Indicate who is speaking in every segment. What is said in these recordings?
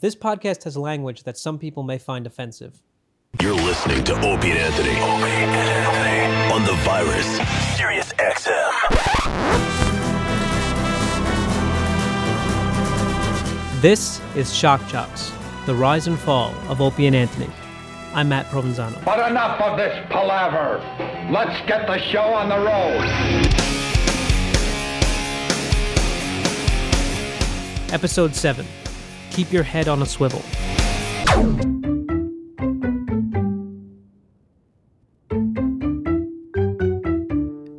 Speaker 1: This podcast has language that some people may find offensive.
Speaker 2: You're listening to Opie and Anthony. Opie and Anthony. On the virus. Sirius XM.
Speaker 1: This is Shock Jocks, the rise and fall of Opie and Anthony. I'm Matt Provenzano.
Speaker 3: But enough of this palaver. Let's get the show on the road.
Speaker 1: Episode 7 Keep Your Head on a Swivel.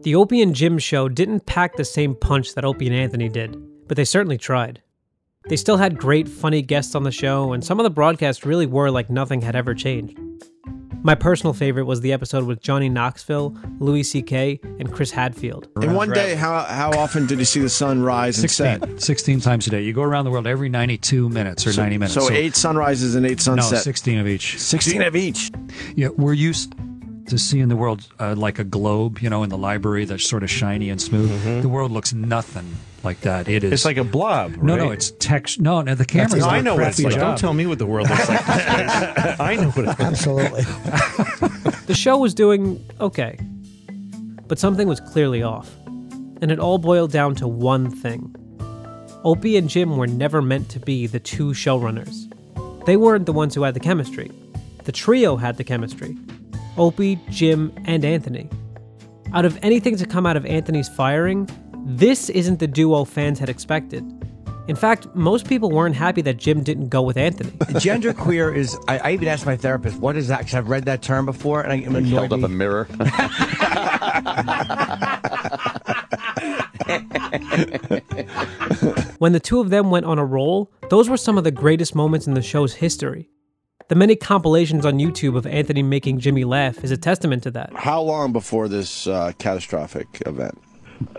Speaker 1: The Opie and Jim show didn't pack the same punch that Opie and Anthony did, but they certainly tried. They still had great, funny guests on the show, and some of the broadcasts really were like nothing had ever changed. My personal favorite was the episode with Johnny Knoxville, Louis C.K., and Chris Hadfield.
Speaker 4: In one day, how how often did you see the sun rise and set?
Speaker 5: 16, 16 times a day. You go around the world every 92 minutes or 90 minutes.
Speaker 4: So, eight sunrises and eight
Speaker 5: no,
Speaker 4: sunsets.
Speaker 5: 16 of each.
Speaker 4: 16 of each.
Speaker 5: Yeah, we're used to seeing the world uh, like a globe, you know, in the library that's sort of shiny and smooth. The world looks nothing Mm-hmm. like that. It is.
Speaker 6: It's like a blob.
Speaker 5: no,
Speaker 6: right?
Speaker 5: no, it's text. No, no, the camera's.
Speaker 6: No, I
Speaker 5: not
Speaker 6: know what it's
Speaker 5: crappy
Speaker 6: like.
Speaker 5: job.
Speaker 6: Don't tell me what the world looks like. I know what it looks
Speaker 7: Absolutely.
Speaker 1: The show was doing okay. But something was clearly off. And it all boiled down to one thing Opie and Jim were never meant to be the two showrunners. They weren't the ones who had the chemistry. The trio had the chemistry Opie, Jim, and Anthony. Out of anything to come out of Anthony's firing, this isn't the duo fans had expected. In fact, most people weren't happy that Jim didn't go with Anthony.
Speaker 8: Gender queer is. I, I even asked my therapist, "What is that?" Because I've read that term before, and I am annoyed.
Speaker 9: held up
Speaker 8: me.
Speaker 9: a mirror.
Speaker 1: When the two of them went on a roll, those were some of the greatest moments in the show's history. The many compilations on YouTube of Anthony making Jimmy laugh is a testament to that.
Speaker 4: How long before this uh, catastrophic event?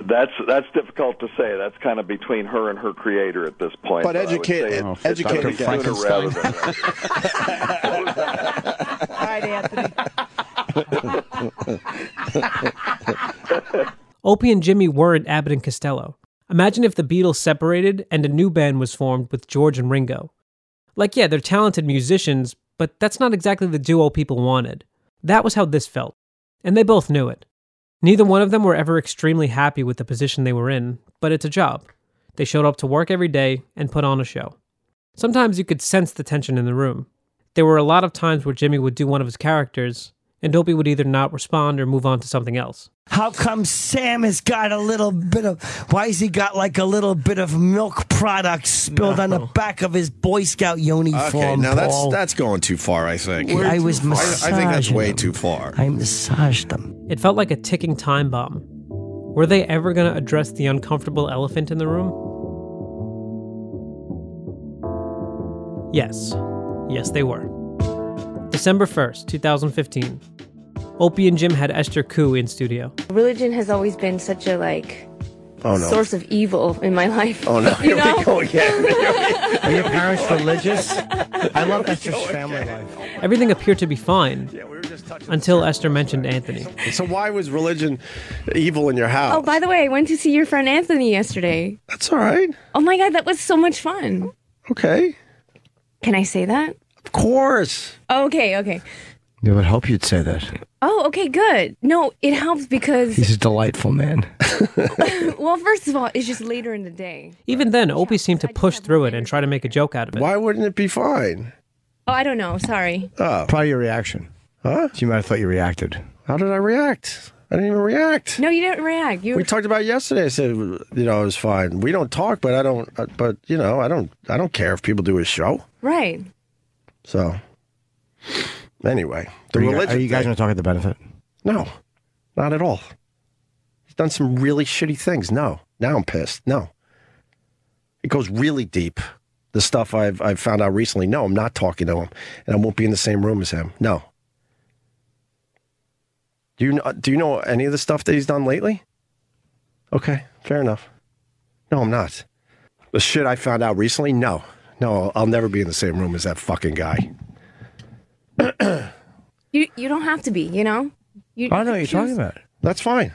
Speaker 10: That's that's difficult to say. That's kind of between her and her creator at this point.
Speaker 4: But
Speaker 10: I would
Speaker 4: educate-
Speaker 10: say
Speaker 4: ed-
Speaker 11: Oh,
Speaker 10: it's
Speaker 4: educate
Speaker 10: Dr.
Speaker 4: the guy.
Speaker 10: Frankenstein. rather than-
Speaker 1: Opie and Jimmy weren't Abbott and Costello. Imagine if the Beatles separated and a new band was formed with George and Ringo. Like, yeah, they're talented musicians, but that's not exactly the duo people wanted. That was how this felt. And they both knew it. Neither one of them were ever extremely happy with the position they were in, but it's a job. They showed up to work every day and put on a show. Sometimes you could sense the tension in the room. There were a lot of times where Jimmy would do one of his characters, and Opie would either not respond or move on to something else.
Speaker 7: How come Sam has got a little bit of? Why's he got like a little bit of milk product spilled on the back of his Boy Scout uniform?
Speaker 4: Okay, now that's
Speaker 7: Paul?
Speaker 4: that's going too far. I think.
Speaker 7: I was
Speaker 4: I, I think that's
Speaker 7: massaging
Speaker 4: way
Speaker 7: him.
Speaker 4: too far.
Speaker 7: I massaged him.
Speaker 1: It felt like a ticking time bomb. Were they ever going to address the uncomfortable elephant in the room? Yes. Yes, they were. December 1st, 2015. Opie and Jim had Esther Koo in studio.
Speaker 12: Religion has always been such a like source of evil in my life.
Speaker 4: Oh no! Here we go again.
Speaker 8: Are your parents religious? I love Esther's family life.
Speaker 1: Everything appeared to be fine until Esther mentioned Anthony.
Speaker 4: so why was religion evil in your house?
Speaker 12: Oh, by the way, I went to see your friend Anthony yesterday.
Speaker 4: that's all right.
Speaker 12: Oh my god, that was so much fun.
Speaker 4: Okay.
Speaker 12: Can I say that?
Speaker 4: Of course.
Speaker 12: Okay, okay.
Speaker 8: It would help you'd say that.
Speaker 12: Oh, okay, good. No, it helps because
Speaker 8: He's a delightful man.
Speaker 12: well, first of all, it's just later in the day.
Speaker 1: Even then, Opie seemed to push through it and try to make a joke out of it.
Speaker 4: Why wouldn't it be fine?
Speaker 12: Oh, I don't know. Sorry.
Speaker 8: Probably your reaction. Huh? You might have thought you reacted.
Speaker 4: Oh. How did I react? I didn't even react.
Speaker 12: No, you didn't react. You
Speaker 4: We talked about it yesterday. I said, you know, it was fine. We don't talk, but I don't. uh, But you know, I don't. I don't care if people do a show.
Speaker 12: right.
Speaker 4: So, anyway, the
Speaker 8: Are you,
Speaker 4: religion.
Speaker 8: are you guys
Speaker 4: thing-
Speaker 8: going to talk at the benefit?
Speaker 4: no, not at all. He's done some really shitty things. No, now I'm pissed. No, it goes really deep. The stuff I've I've found out recently. No, I'm not talking to him, and I won't be in the same room as him. No. Do you know, do you know any of the stuff that he's done lately? Okay, fair enough. No, I'm not. The shit I found out recently. No, no, I'll, I'll never be in the same room as that fucking guy.
Speaker 12: You you don't have to be. You know. You,
Speaker 8: I don't know what
Speaker 12: you
Speaker 8: you're
Speaker 12: could
Speaker 8: talking
Speaker 12: choose-
Speaker 8: about.
Speaker 4: That's fine.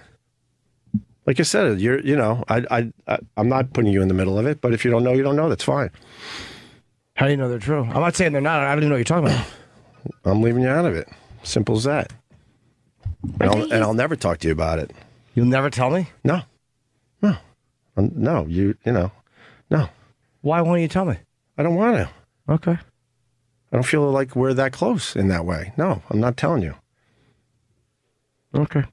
Speaker 4: Like I said, you're you know I I I- I'm not putting you in the middle of it, but if you don't know, you don't know. That's fine.
Speaker 8: How do you know they're true? I'm not saying they're not. I don't even know what you're talking about.
Speaker 4: I'm leaving you out of it. Simple as that. And I'll, and I'll never talk to you about it.
Speaker 8: You'll never tell me?
Speaker 4: No. No. Um, no, you, you know, no.
Speaker 8: Why won't you tell me?
Speaker 4: I don't want to.
Speaker 8: Okay.
Speaker 4: I don't feel like we're that close in that way. No, I'm not telling you.
Speaker 8: Okay.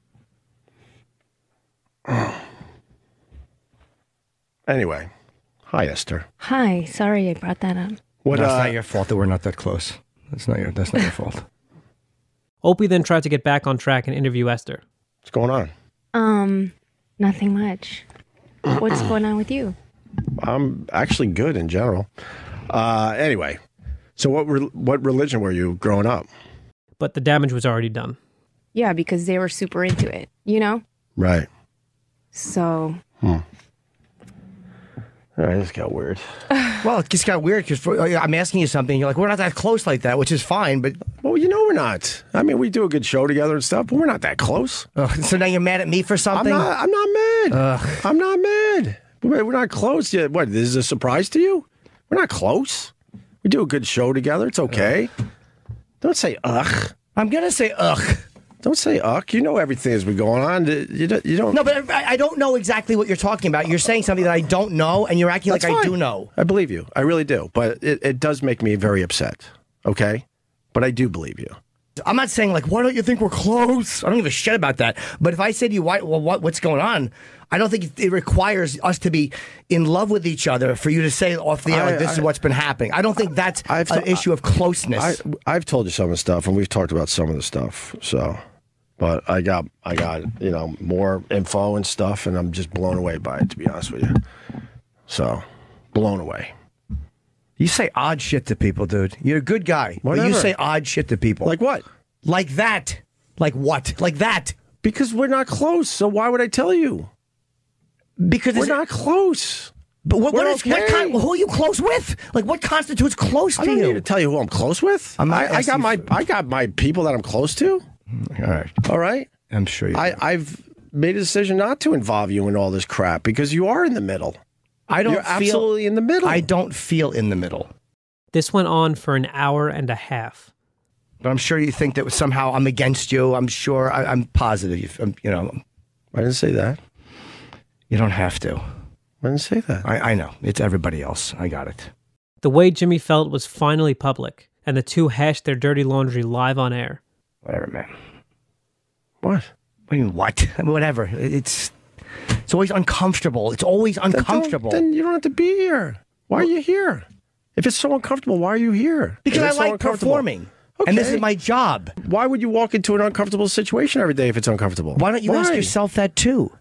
Speaker 4: Anyway, hi, Esther.
Speaker 12: Hi, sorry I brought that up.
Speaker 4: What,
Speaker 8: That's
Speaker 4: uh,
Speaker 8: not your fault that we're not that close. That's not your. That's not your fault.
Speaker 1: Opie then tried to get back on track and interview Esther.
Speaker 4: What's going on?
Speaker 12: Um, nothing much. What's going on with you?
Speaker 4: I'm actually good in general. Uh, anyway, so what re- what religion were you growing up?
Speaker 1: But the damage was already done.
Speaker 12: Yeah, because they were super into it, you know?
Speaker 4: Right.
Speaker 12: So,
Speaker 4: All right, this got weird.
Speaker 8: well, it just got weird because I'm asking you something. You're like, we're not that close like that, which is fine. But
Speaker 4: Well, you know we're not. I mean, we do a good show together and stuff, but we're not that close.
Speaker 8: Ugh, so now you're mad at me for
Speaker 4: I'm
Speaker 8: something.
Speaker 4: not. I'm not mad. I'm not mad. We're we're not close yet. What? This is a surprise to you? We're not close. We do a good show together. It's okay. Don't say ugh.
Speaker 8: I'm gonna say ugh.
Speaker 4: Don't say ugh. You know everything as we go on. You don't. You don't
Speaker 8: No, but I, I don't know exactly what you're talking about. You're saying something that I don't know, and you're acting like
Speaker 4: That's
Speaker 8: I
Speaker 4: fine.
Speaker 8: do know.
Speaker 4: I believe you. I really do. But it, it does make me very upset. Okay? But I do believe you.
Speaker 8: I'm not saying like, why don't you think we're close? I don't give a shit about that. But if I say to you, why, well, what, what's going on? I don't think it- it requires us to be in love with each other for you to say off the air, like,
Speaker 4: I-
Speaker 8: this is
Speaker 4: I-
Speaker 8: what's been happening. I don't think that's
Speaker 4: I've
Speaker 8: an
Speaker 4: t-
Speaker 8: issue of closeness.
Speaker 4: I I've told you some of the stuff and we've talked about some of the stuff. So but I got I got, you know, more info and stuff and I'm just blown away by it to be honest with you. So blown away.
Speaker 8: you say odd shit to people, dude. You're a good guy. but you
Speaker 4: Whatever.
Speaker 8: say odd shit to people.
Speaker 4: Like what?
Speaker 8: like that. Like what? Like that.
Speaker 4: Because we're not close, so why would I tell you?
Speaker 8: Because
Speaker 4: We're
Speaker 8: it's
Speaker 4: not close.
Speaker 8: But what, what
Speaker 4: We're
Speaker 8: is what
Speaker 4: okay.
Speaker 8: kind? Who are you close with? Like what constitutes close
Speaker 4: I
Speaker 8: to
Speaker 4: don't
Speaker 8: you?
Speaker 4: need to tell you who I'm close with.
Speaker 8: I'm not
Speaker 4: I,
Speaker 8: E
Speaker 4: I got
Speaker 8: asking
Speaker 4: my
Speaker 8: for-
Speaker 4: I got my people that I'm close to.
Speaker 8: All right,
Speaker 4: All right.
Speaker 8: I'm sure you.
Speaker 4: I, I've made a decision not to involve you in all this crap because you are in the middle.
Speaker 8: I don't
Speaker 4: You're
Speaker 8: feel.
Speaker 4: absolutely in the middle.
Speaker 8: I don't feel in the middle.
Speaker 1: This went on for an hour and a half.
Speaker 8: But I'm sure you think that somehow I'm against you. I'm sure. I, I'm positive. You, I'm, you know.
Speaker 4: I didn't say that.
Speaker 8: You don't have to.
Speaker 4: I didn't say that.
Speaker 8: I, I know. It's everybody else. I got it.
Speaker 1: The way Jimmy felt was finally public, and the two hashed their dirty laundry live on air.
Speaker 8: Whatever, man.
Speaker 4: What?
Speaker 8: What do you mean? What? I mean, whatever. It- It's. It's always uncomfortable. It's always
Speaker 4: Then don't-
Speaker 8: uncomfortable.
Speaker 4: Then you don't have to be here. Why are you here? If it's so uncomfortable, why are you here?
Speaker 8: because
Speaker 4: If
Speaker 8: I
Speaker 4: it's so
Speaker 8: like
Speaker 4: uncomfortable-
Speaker 8: performing, and this
Speaker 4: Okay.
Speaker 8: is my job.
Speaker 4: Why would you walk into an uncomfortable situation every day if it's uncomfortable?
Speaker 8: Why don't you ask yourself that too?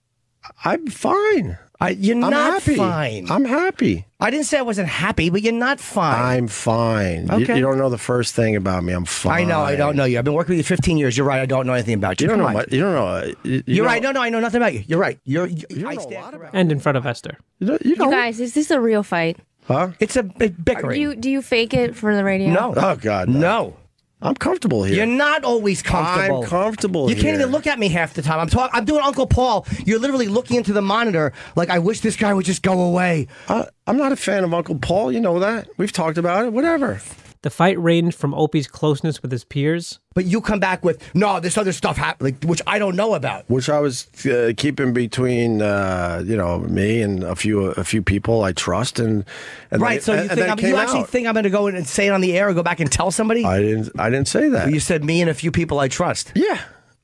Speaker 4: I'm fine.
Speaker 8: I, you're
Speaker 4: I'm
Speaker 8: not
Speaker 4: happy.
Speaker 8: fine.
Speaker 4: I'm happy.
Speaker 8: I didn't say I wasn't happy, but you're not fine.
Speaker 4: I'm fine. You-
Speaker 8: Okay.
Speaker 4: You, don't know the first thing about me. I'm fine.
Speaker 8: I know, I don't know you. I've been working with you 15 years. You're right. I don't know anything about you.
Speaker 4: You don't
Speaker 8: Come
Speaker 4: know.
Speaker 8: on.
Speaker 4: Much, you don't know. uh, You, you
Speaker 8: You're
Speaker 4: know-
Speaker 8: right. No, no, I know nothing about you. You're right. You're. You,
Speaker 4: You
Speaker 8: I
Speaker 4: know a
Speaker 8: stand
Speaker 4: lot
Speaker 8: corrected.
Speaker 1: And in front of Esther.
Speaker 4: You, don't- you
Speaker 12: you
Speaker 4: don't-
Speaker 12: guys, is this a real fight?
Speaker 4: Huh?
Speaker 8: It's a big
Speaker 12: Do
Speaker 8: bickering.
Speaker 12: you do you fake it for the radio?
Speaker 8: no.
Speaker 4: Oh God.
Speaker 8: no.
Speaker 4: I'm comfortable here.
Speaker 8: You're not always comfortable.
Speaker 4: I'm comfortable.
Speaker 8: You can't
Speaker 4: here.
Speaker 8: even look at me half the time. I'm talking. I'm doing Uncle Paul. You're literally looking into the monitor like I wish this guy would just go away.
Speaker 4: I, I'm not a fan of Uncle Paul. You know that. We've talked about it. Whatever.
Speaker 1: The fight ranged from Opie's closeness with his peers
Speaker 8: But you come back with no. This other stuff happened, like, which I don't know about.
Speaker 4: Which I was uh, keeping between, uh, you know, me and a few a few people I trust, and, and
Speaker 8: Right.
Speaker 4: they-
Speaker 8: so you
Speaker 4: and- and
Speaker 8: think
Speaker 4: then
Speaker 8: I'm,
Speaker 4: it
Speaker 8: you
Speaker 4: came
Speaker 8: actually
Speaker 4: out.
Speaker 8: think I'm going to go in and say it on the air and go back and tell somebody?
Speaker 4: I didn't. I didn't say that.
Speaker 8: you said me and a few people I trust.
Speaker 4: yeah,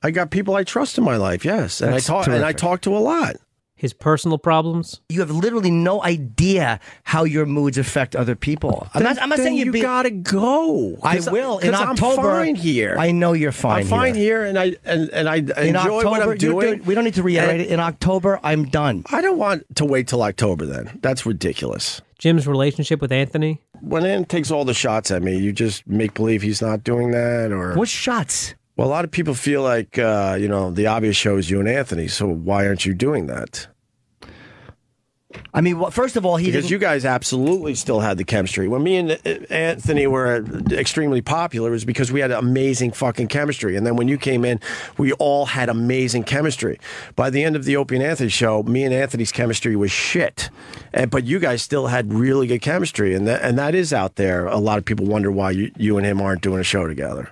Speaker 4: I got people I trust in my life. Yes, and
Speaker 8: That's
Speaker 4: I talk and I
Speaker 8: terrific.
Speaker 4: talk to a lot.
Speaker 1: his personal problems.
Speaker 8: You have literally no idea how your moods affect other people. I'm not, I'm not
Speaker 4: Then
Speaker 8: saying you'd
Speaker 4: you
Speaker 8: be.
Speaker 4: gotta go.
Speaker 8: I
Speaker 4: 'Cause-
Speaker 8: will in
Speaker 4: 'cause
Speaker 8: October.
Speaker 4: I'm fine here.
Speaker 8: I know you're fine.
Speaker 4: I'm fine here, and I and, and I enjoy
Speaker 8: In October,
Speaker 4: what I'm
Speaker 8: you do-
Speaker 4: doing.
Speaker 8: we don't need to reiterate
Speaker 4: And-
Speaker 8: it. In October, I'm done.
Speaker 4: I don't want to wait till October. Then that's ridiculous.
Speaker 1: Jim's relationship with Anthony.
Speaker 4: when Ann takes all the shots at me, you just make believe he's not doing that, or
Speaker 8: What shots?
Speaker 4: well, a lot of people feel like uh, you know the obvious show is you and Anthony, so why aren't you doing that?
Speaker 8: I mean, well, first of all, he
Speaker 4: because
Speaker 8: didn't-
Speaker 4: you guys absolutely still had the chemistry. When me and uh, Anthony were uh, extremely popular, it was because we had amazing fucking chemistry. And then when you came in, we all had amazing chemistry. By the end of the Opie and Anthony show, me and Anthony's chemistry was shit. And, but you guys still had really good chemistry, and that, and that is out there. A lot of people wonder why you, you and him aren't doing a show together.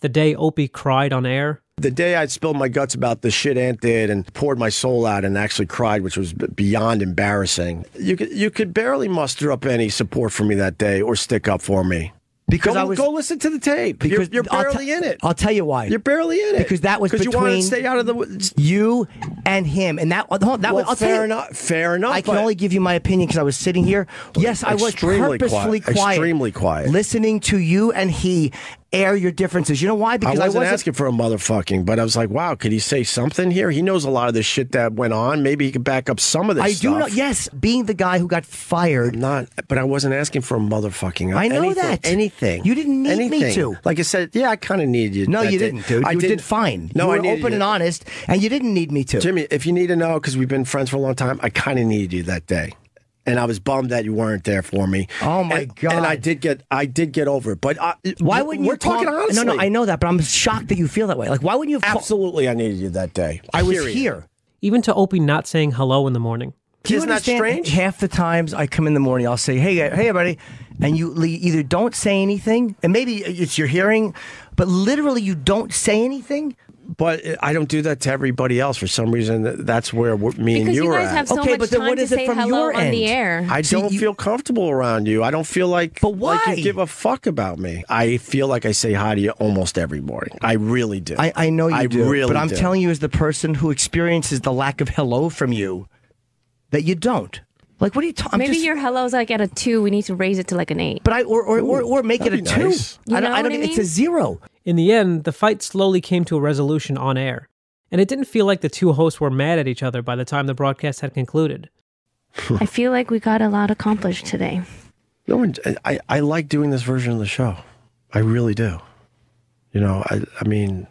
Speaker 1: The day Opie cried on air.
Speaker 4: The day I spilled my guts about the shit Ant did and poured my soul out and actually cried, which was b- beyond embarrassing, you could you could barely muster up any support for me that day or stick up for me.
Speaker 8: Because
Speaker 4: go,
Speaker 8: I was-
Speaker 4: go listen to the tape.
Speaker 8: Because
Speaker 4: you're, you're
Speaker 8: I'll te-
Speaker 4: barely in it.
Speaker 8: I'll tell you why.
Speaker 4: You're barely in it
Speaker 8: Because that was
Speaker 4: because you wanted to
Speaker 8: between
Speaker 4: stay out of the.
Speaker 8: you and him, and that hold on, that
Speaker 4: Well,
Speaker 8: was I'll tell
Speaker 4: fair
Speaker 8: you-
Speaker 4: enough- fair enough,
Speaker 8: I can
Speaker 4: but-
Speaker 8: only give you my opinion because I was sitting here. Yes, I was
Speaker 4: Extremely
Speaker 8: purposefully
Speaker 4: quiet.
Speaker 8: quiet,
Speaker 4: Extremely quiet.
Speaker 8: listening to you and he air your differences. You know why? Because
Speaker 4: I wasn't,
Speaker 8: wasn't
Speaker 4: asking for a motherfucking, but I was like, wow, could he say something here? He knows a lot of the shit that went on. Maybe he could back up some of this
Speaker 8: I
Speaker 4: stuff.
Speaker 8: do know. Yes, being the guy who got fired.
Speaker 4: Not, but I wasn't asking for a motherfucking.
Speaker 8: I know
Speaker 4: anything-
Speaker 8: that.
Speaker 4: anything.
Speaker 8: You didn't need me
Speaker 4: Anything.
Speaker 8: to.
Speaker 4: Like I said, yeah, I kind of needed you.
Speaker 8: No,
Speaker 4: that
Speaker 8: you
Speaker 4: day.
Speaker 8: didn't, dude.
Speaker 4: I
Speaker 8: you
Speaker 4: didn't-
Speaker 8: did fine.
Speaker 4: No,
Speaker 8: you
Speaker 4: I
Speaker 8: were
Speaker 4: needed
Speaker 8: open
Speaker 4: you.
Speaker 8: and honest, and you didn't need me to.
Speaker 4: Jimmy, if you need to know, because we've been friends for a long time, I kind of needed you that day, and I was bummed that you weren't there for me.
Speaker 8: Oh, my
Speaker 4: and,
Speaker 8: God.
Speaker 4: And I did get, I did get over it. But I,
Speaker 8: why wouldn't
Speaker 4: we're
Speaker 8: you
Speaker 4: talking
Speaker 8: call-
Speaker 4: honestly?
Speaker 8: No, no, I know that, but I'm shocked that you feel that way. Like, why wouldn't you have called-
Speaker 4: Absolutely, I needed you that day.
Speaker 8: I was
Speaker 4: Period.
Speaker 8: here.
Speaker 1: Even to Opie not saying hello in the morning.
Speaker 8: Do you
Speaker 4: Isn't that
Speaker 8: understand?
Speaker 4: strange?
Speaker 8: Half the times I come in the morning, I'll say, "Hey, uh, hey, everybody," and you le- either don't say anything, and maybe it's your hearing, but literally you don't say anything.
Speaker 4: But I don't do that to everybody else for some reason. th- That's where we're- me and
Speaker 12: Because
Speaker 4: you,
Speaker 12: you,
Speaker 4: are
Speaker 12: guys
Speaker 4: at.
Speaker 12: have so
Speaker 8: Okay,
Speaker 12: much
Speaker 8: but then
Speaker 12: time
Speaker 8: what
Speaker 12: to
Speaker 8: is it
Speaker 12: say
Speaker 8: from
Speaker 12: hello
Speaker 8: your
Speaker 12: on the
Speaker 8: end?
Speaker 12: air.
Speaker 4: I don't feel comfortable around you. I don't feel like
Speaker 8: But
Speaker 4: like
Speaker 8: why?
Speaker 4: you give a fuck about me. I feel like I say hi to you almost every morning. I really do.
Speaker 8: I, I know you
Speaker 4: I
Speaker 8: do,
Speaker 4: really
Speaker 8: but I'm
Speaker 4: do.
Speaker 8: telling you, as the person who experiences the lack of hello from you, that you don't. Like, what are you talking?
Speaker 12: Maybe your hello's like at a two. We need to raise it to like an eight.
Speaker 8: But I or or, or, or make it a
Speaker 4: that'd be
Speaker 8: two.
Speaker 4: nice.
Speaker 12: You
Speaker 8: I don't.
Speaker 12: know
Speaker 8: I don't.
Speaker 12: what I
Speaker 8: It's a
Speaker 12: mean?
Speaker 8: zero.
Speaker 1: In the end, the fight slowly came to a resolution on air, and it didn't feel like the two hosts were mad at each other by the time the broadcast had concluded.
Speaker 12: I feel like we got a lot accomplished today.
Speaker 4: no one. I I like doing this version of the show. I really do. You know. I I mean,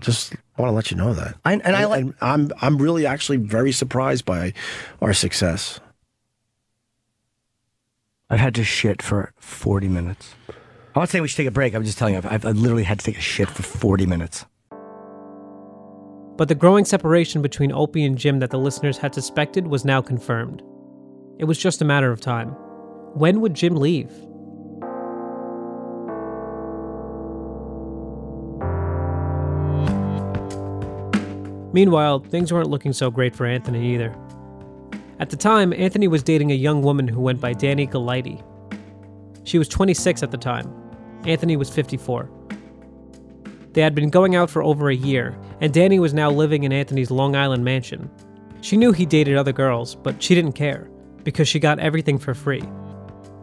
Speaker 4: just want to let you know that.
Speaker 8: I, and, I like.
Speaker 4: I'm I'm really actually very surprised by our success.
Speaker 8: I've had to shit for 40 minutes. I'm not saying we should take a break. I'm just telling you, I've, I've I literally had to take a shit for 40 minutes.
Speaker 1: But the growing separation between Opie and Jim that the listeners had suspected was now confirmed. It was just a matter of time. When would Jim leave? Meanwhile, things weren't looking so great for Anthony either. At the time, Anthony was dating a young woman who went by Danny Galiti. She was 26 at the time. Anthony was 54. They had been going out for over a year, and Danny was now living in Anthony's Long Island mansion. She knew he dated other girls, but she didn't care, because she got everything for free.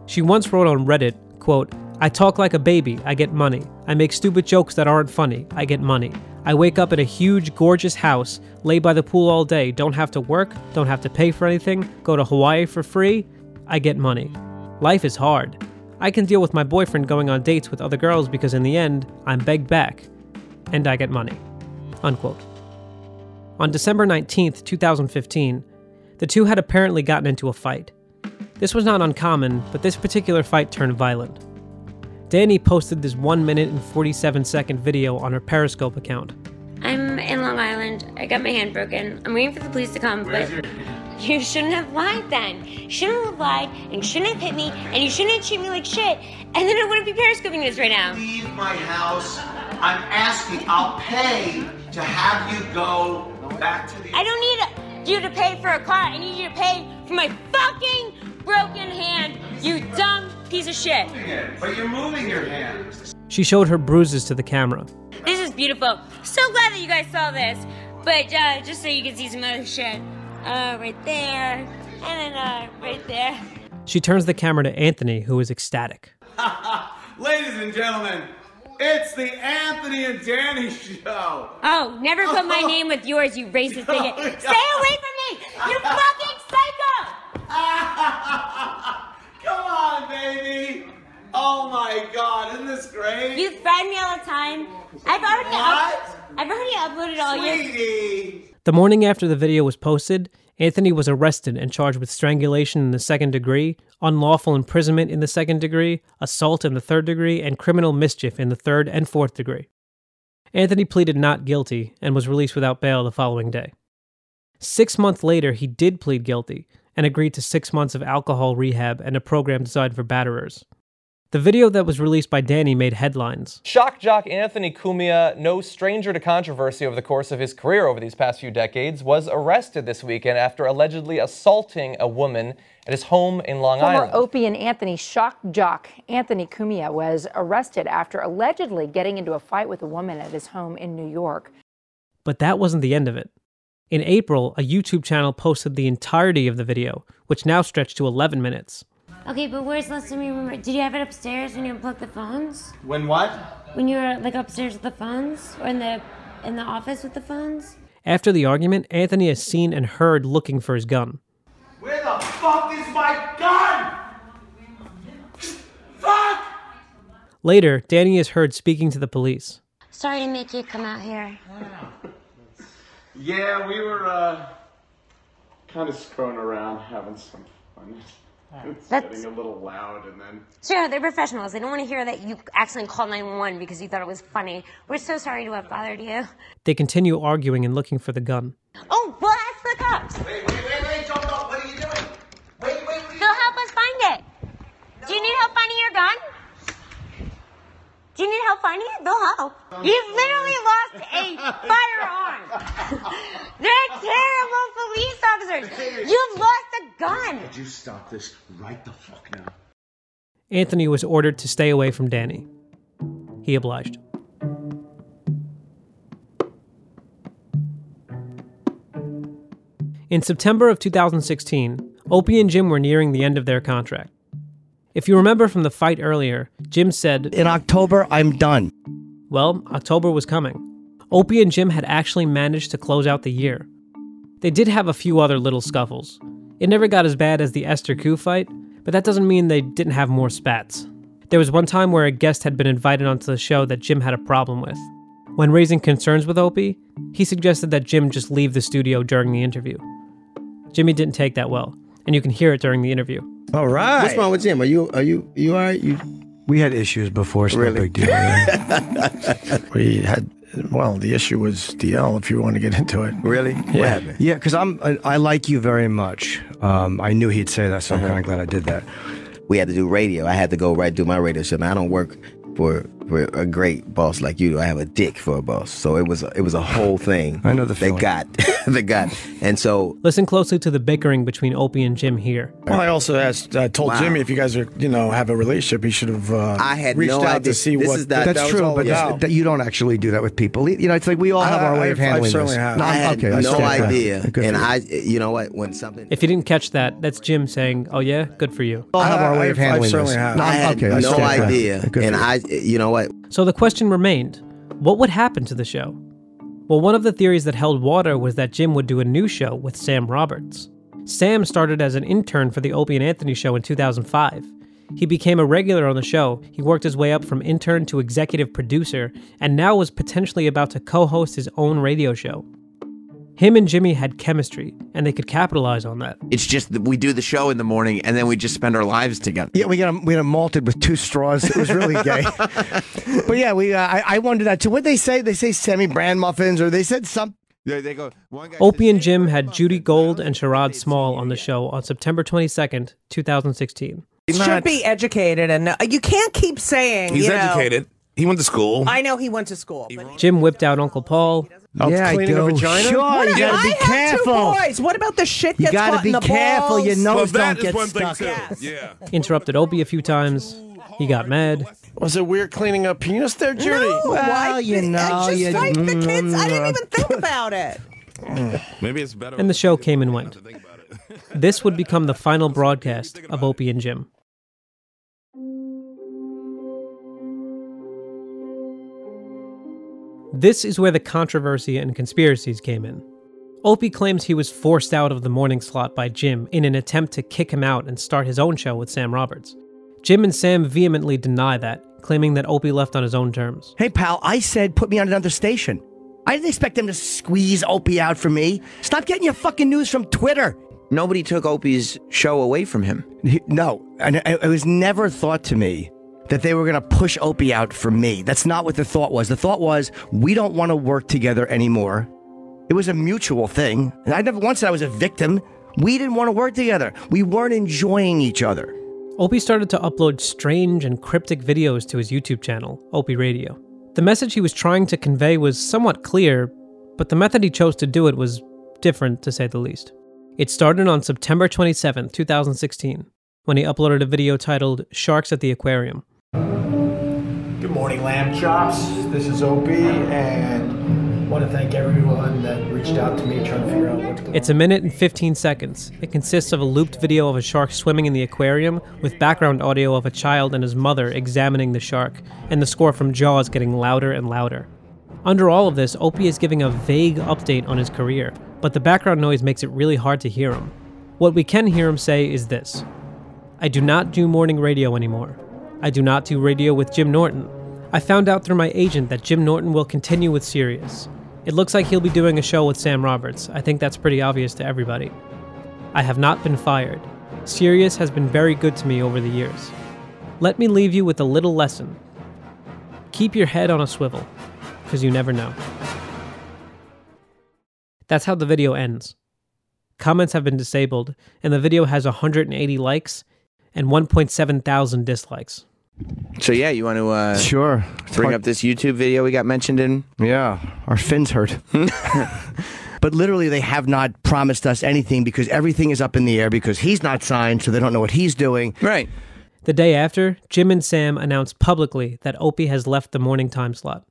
Speaker 1: She once wrote on Reddit, quote, I talk like a baby, I get money. I make stupid jokes that aren't funny, I get money. I wake up in a huge, gorgeous house, lay by the pool all day, don't have to work, don't have to pay for anything, go to Hawaii for free, I get money. Life is hard. I can deal with my boyfriend going on dates with other girls because in the end, I'm begged back and I get money. Unquote. On December 19th, 2015, the two had apparently gotten into a fight. This was not uncommon, but this particular fight turned violent. Danny posted this 1 minute and 47 second video on her Periscope account.
Speaker 9: I'm in Long Island. I got my hand broken. I'm waiting for the police to come, but you shouldn't have lied then. You shouldn't have lied, and you shouldn't have hit me, and you shouldn't have treated me like shit. And then I wouldn't be periscoping this right now.
Speaker 10: leave my house. I'm asking, I'll pay to have you go back to the.
Speaker 9: I don't need you to pay for a car. I need you to pay for my fucking broken hand, you dumb piece of shit.
Speaker 10: But you're moving your hands.
Speaker 1: She showed her bruises to the camera.
Speaker 9: This is beautiful. So glad that you guys saw this. But uh, just so you can see some other shit. Uh, right there. And then uh, right there.
Speaker 1: She turns the camera to Anthony, who is ecstatic.
Speaker 10: Ladies and gentlemen, it's the Anthony and Danny show.
Speaker 9: Oh, never put my name with yours, you racist bigot. Stay away from me, you fucking psycho!
Speaker 10: Come on, baby. Oh my God, isn't this great?
Speaker 9: You threaten me all the time. I've already, up- I've already uploaded all your.
Speaker 10: Sweetie.
Speaker 1: The morning after the video was posted, Anthony was arrested and charged with strangulation in the second degree, unlawful imprisonment in the second degree, assault in the third degree, and criminal mischief in the third and fourth degree. Anthony pleaded not guilty and was released without bail the following day. Six months later, he did plead guilty and agreed to six months of alcohol rehab and a program designed for batterers. The video that was released by Danny made headlines.
Speaker 13: Shock jock Anthony Cumia, no stranger to controversy over the course of his career over these past few decades, was arrested this weekend after allegedly assaulting a woman at his home in Long
Speaker 14: Former
Speaker 13: Island.
Speaker 14: Opie and Anthony shock jock Anthony Cumia was arrested after allegedly getting into a fight with a woman at his home in New York.
Speaker 1: But that wasn't the end of it. In April, a YouTube channel posted the entirety of the video, which now stretched to 11 minutes.
Speaker 9: Okay, but where's Leslie? Remember, did you have it upstairs when you unplugged the phones?
Speaker 10: When what?
Speaker 9: When you were like upstairs with the phones, or in the in the office with the phones?
Speaker 1: After the argument, Anthony is seen and heard looking for his gun.
Speaker 10: Where the fuck is my gun? Fuck!
Speaker 1: Later, Danny is heard speaking to the police.
Speaker 9: Sorry to make you come out here.
Speaker 10: Yeah, we were uh, kind of screwing around, having some fun. It's
Speaker 9: That's-
Speaker 10: getting a little loud, and then
Speaker 9: Sure, they're professionals. They don't want to hear that you accidentally called 911 because you thought it was funny. We're so sorry to have bothered you.
Speaker 1: They continue arguing and looking for the gun.
Speaker 9: Oh, well, that's the cops.
Speaker 10: Wait, wait, wait, wait, don't go. What are you doing? Wait, wait, wait.
Speaker 9: They'll help us find it. Do you need help finding your gun? Do you need help finding it? They'll help. You've literally lost a firearm. They're terrible police officers. You've lost a gun.
Speaker 10: Could you stop this right the fuck now?
Speaker 1: Anthony was ordered to stay away from Danny. He obliged. In September of 2016, Opie and Jim were nearing the end of their contract. If you remember from the fight earlier, Jim said,
Speaker 7: In October, I'm done.
Speaker 1: Well, October was coming. Opie and Jim had actually managed to close out the year. They did have a few other little scuffles. It never got as bad as the Esther Koo fight, but that doesn't mean they didn't have more spats. There was one time where a guest had been invited onto the show that Jim had a problem with. When raising concerns with Opie, he suggested that Jim just leave the studio during the interview. Jimmy didn't take that well, and you can hear it during the interview.
Speaker 15: All right. What's wrong with Jim? Are you are you you all right? You
Speaker 16: We had issues before, so no big deal.
Speaker 15: we had well, the issue was DL. If you want to get into it,
Speaker 16: really?
Speaker 15: Yeah.
Speaker 16: Yeah, because I'm I, I like you very much. Um, I knew he'd say that, so
Speaker 17: Uh-huh.
Speaker 16: I'm kind of glad I did that.
Speaker 17: We had to do radio. I had to go right do my radio show. Now I don't work for for a great boss like you do. I have a dick for a boss. So it was it was a whole thing. I know the they got they got and so
Speaker 1: Listen closely to the bickering between Opie and Jim here.
Speaker 15: Well, I also asked, I told
Speaker 1: Wow.
Speaker 15: Jimmy if you guys are, you know, have a relationship, he should have. Uh,
Speaker 17: I had
Speaker 15: reached
Speaker 17: no
Speaker 15: out to
Speaker 17: idea.
Speaker 15: see
Speaker 17: This
Speaker 15: what
Speaker 17: is
Speaker 15: that
Speaker 17: that-
Speaker 16: That's
Speaker 15: was
Speaker 16: true,
Speaker 15: all
Speaker 16: but
Speaker 15: about.
Speaker 16: that's- that you don't actually do that with people. You know, it's like we all have our way of handling this. No,
Speaker 17: I
Speaker 16: I'm-
Speaker 17: had
Speaker 16: okay,
Speaker 17: no
Speaker 16: that's good.
Speaker 17: idea.
Speaker 16: Good for
Speaker 17: and
Speaker 16: you.
Speaker 17: I you know what? When something
Speaker 1: If you didn't catch that, that's Jim saying, "Oh yeah, good for you."
Speaker 16: All have our way of handling this. No,
Speaker 17: I
Speaker 16: I'm-
Speaker 17: had
Speaker 16: okay, that's
Speaker 17: no
Speaker 16: good.
Speaker 17: idea.
Speaker 16: Good for
Speaker 17: And
Speaker 16: you.
Speaker 17: I you know what?
Speaker 1: So the question remained, what would happen to the show? Well, one of the theories that held water was that Jim would do a new show with Sam Roberts. Sam started as an intern for the Opie and Anthony show in 2005. He became a regular on the show. He worked his way up from intern to executive producer and now was potentially about to co-host his own radio show. Him and Jimmy had chemistry and they could capitalize on that.
Speaker 18: It's just that we do the show in the morning and then we just spend our lives together.
Speaker 16: Yeah, we got 'em- we got 'em malted with two straws. It was really gay.
Speaker 8: but yeah, we. Uh, I, I wondered that too. What they say? They say semi brand muffins, or they said something.
Speaker 18: They, they go. One guy
Speaker 1: Opie and Jim had Judy Gold and Sherrod Small on the show on September 22nd, 2016.
Speaker 19: should be educated, and uh, you can't keep saying
Speaker 1: He's
Speaker 19: you know,
Speaker 1: educated.
Speaker 18: He went to school.
Speaker 19: I know he went to school. But
Speaker 1: Jim whipped out Uncle Paul.
Speaker 8: Oh,
Speaker 16: Yeah, I do. Sure,
Speaker 19: What
Speaker 16: you
Speaker 19: if
Speaker 16: gotta
Speaker 19: I
Speaker 16: be
Speaker 19: have
Speaker 16: careful.
Speaker 19: Two boys. What about the shit
Speaker 16: You
Speaker 19: gets
Speaker 16: gotta
Speaker 19: caught in
Speaker 16: be
Speaker 19: the
Speaker 16: careful.
Speaker 19: balls?
Speaker 16: Your nose Well, that don't
Speaker 15: is get one thing stuck. too. Yeah.
Speaker 1: Interrupted Opie a few times. He got mad.
Speaker 15: Was it weird cleaning up penis there, Judy?
Speaker 19: Well,
Speaker 16: you know,
Speaker 19: just
Speaker 16: you- mm.
Speaker 19: like the kids. I didn't even think about it.
Speaker 18: Maybe it's better.
Speaker 1: And the show came and went. This would become the final broadcast of Opie and Jim. This is where the controversy and conspiracies came in. Opie claims he was forced out of the morning slot by Jim in an attempt to kick him out and start his own show with Sam Roberts. Jim and Sam vehemently deny that, claiming that Opie left on his own terms.
Speaker 8: Hey, pal, I said put me on another station. I didn't expect them to squeeze Opie out for me. Stop getting your fucking news from Twitter.
Speaker 17: Nobody took Opie's show away from him.
Speaker 8: no, and it it was never thought to me that they were going to push Opie out for me. That's not what the thought was. The thought was we don't want to work together anymore. It was a mutual thing. And I never once said I was a victim. We didn't want to work together. We weren't enjoying each other.
Speaker 1: Opie started to upload strange and cryptic videos to his YouTube channel, Opie Radio. The message he was trying to convey was somewhat clear, but the method he chose to do it was different, to say the least. It started on September 27, 2016, when he uploaded a video titled Sharks at the Aquarium.
Speaker 20: Good morning, lamb chops. This is Opie, and want to thank everyone that reached out to me trying to figure out what's going
Speaker 1: It's a minute and 15 seconds. It consists of a looped video of a shark swimming in the aquarium, with background audio of a child and his mother examining the shark, and the score from Jaws getting louder and louder. Under all of this, Opie is giving a vague update on his career, but the background noise makes it really hard to hear him. What we can hear him say is this I do not do morning radio anymore. I do not do radio with Jim Norton. I found out through my agent that Jim Norton will continue with Sirius. It looks like he'll be doing a show with Sam Roberts. I think that's pretty obvious to everybody. I have not been fired. Sirius has been very good to me over the years. Let me leave you with a little lesson. Keep your head on a swivel, because you never know. That's how the video ends. Comments have been disabled, and the video has 180 likes and 1.7 thousand dislikes.
Speaker 17: So yeah, you want to uh,
Speaker 16: sure
Speaker 17: bring up this YouTube video we got mentioned in?
Speaker 16: Yeah,
Speaker 8: our fins hurt. but literally, they have not promised us anything because everything is up in the air because he's not signed, so they don't know what he's doing.
Speaker 17: Right.
Speaker 1: The day after, Jim and Sam announced publicly that Opie has left the morning time slot.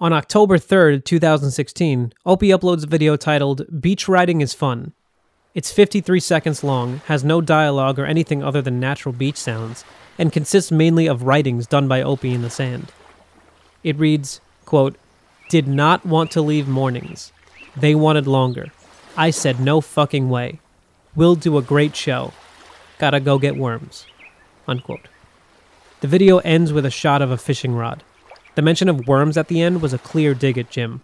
Speaker 1: On October 3rd, 2016, Opie uploads a video titled Beach Riding is Fun. It's 53 seconds long, has no dialogue or anything other than natural beach sounds, and consists mainly of writings done by Opie in the sand. It reads, quote, Did not want to leave mornings. They wanted longer. I said no fucking way. We'll do a great show. Gotta go get worms. Unquote. The video ends with a shot of a fishing rod. The mention of worms at the end was a clear dig at Jim.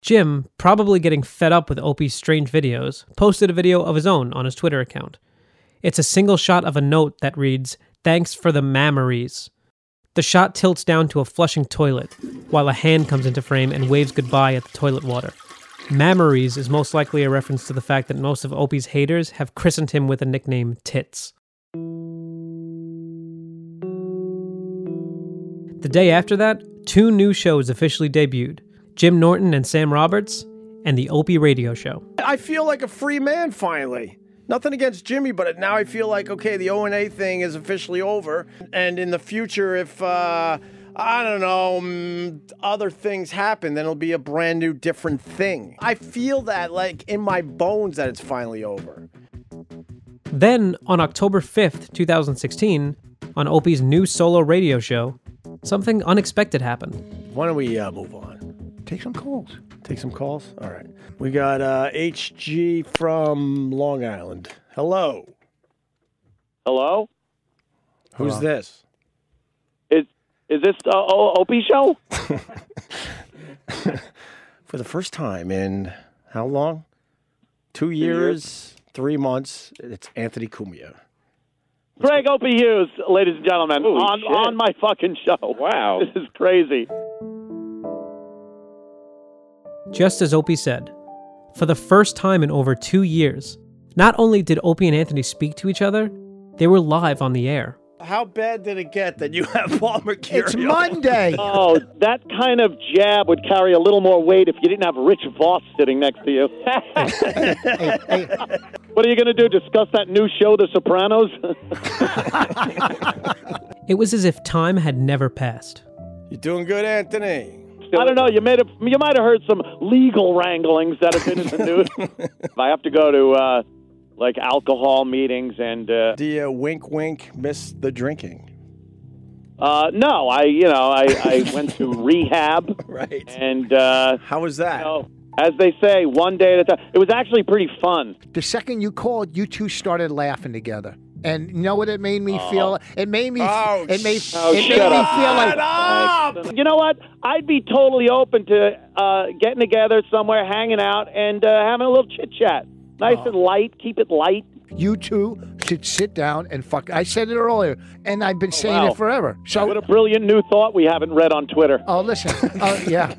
Speaker 1: Jim, probably getting fed up with Opie's strange videos, posted a video of his own on his Twitter account. It's a single shot of a note that reads, Thanks for the mammaries. The shot tilts down to a flushing toilet, while a hand comes into frame and waves goodbye at the toilet water. Mammaries is most likely a reference to the fact that most of Opie's haters have christened him with the nickname Tits. The day after that, two new shows officially debuted Jim Norton and Sam Roberts, and the Opie Radio Show.
Speaker 15: I feel like a free man finally. Nothing against Jimmy, but now I feel like okay, the O and A thing is officially over, and in the future, if uh, I don't know mm, other things happen, then it'll be a brand new, different thing. I feel that like in my bones that it's finally over.
Speaker 1: Then, on October 5th, 2016, on Opie's new solo radio show, something unexpected happened.
Speaker 15: Why don't we uh, move on? Take some calls. Take some calls. All right. We got uh, HG from Long Island. Hello.
Speaker 11: Hello?
Speaker 15: Who's
Speaker 11: Hello.
Speaker 15: this?
Speaker 11: Is is this uh, O- Opie show?
Speaker 15: For the first time in how long? Two years, three months. It's Anthony Cumia.
Speaker 11: Greg Opie Hughes, ladies and gentlemen,
Speaker 15: Oh, Holy
Speaker 11: on
Speaker 15: shit.
Speaker 11: on my fucking show. Wow, this is crazy.
Speaker 1: Just as Opie said, for the first time in over two years, not only did Opie and Anthony speak to each other, they were live on the air.
Speaker 15: How bad did it get that you have Paul Mercurio?
Speaker 11: It's
Speaker 15: Monday.
Speaker 11: Oh, that kind of jab would carry a little more weight if you didn't have Rich Voss sitting next to you. what are you going to do? Discuss that new show, The Sopranos?
Speaker 1: It was as if time had never passed.
Speaker 15: You're doing good, Anthony.
Speaker 11: I don't know. You made a, you might have heard some legal wranglings that have been in the news. I have to go to uh, like alcohol meetings and uh,
Speaker 15: Do you wink, wink, miss the drinking?
Speaker 11: Uh, no, I you know I, I went to rehab. Right. And uh,
Speaker 15: how was that?
Speaker 11: as they say, one day at a time. It was actually pretty fun.
Speaker 21: The second you called, you two started laughing together. And you know what it made me feel? It made me.
Speaker 11: Oh,
Speaker 21: it made.
Speaker 11: oh,
Speaker 21: it made me
Speaker 11: shut up.
Speaker 21: feel like.
Speaker 11: Shut You know what? I'd be totally open to uh, getting together somewhere, hanging out, and uh, having a little chit chat. Nice and light. Keep it light.
Speaker 21: You two should sit down and fuck. I said it earlier, and I've been
Speaker 17: Oh,
Speaker 21: saying
Speaker 11: wow.
Speaker 21: it forever. So
Speaker 11: What a brilliant new thought we haven't read on Twitter.
Speaker 21: Oh, listen. Oh, yeah.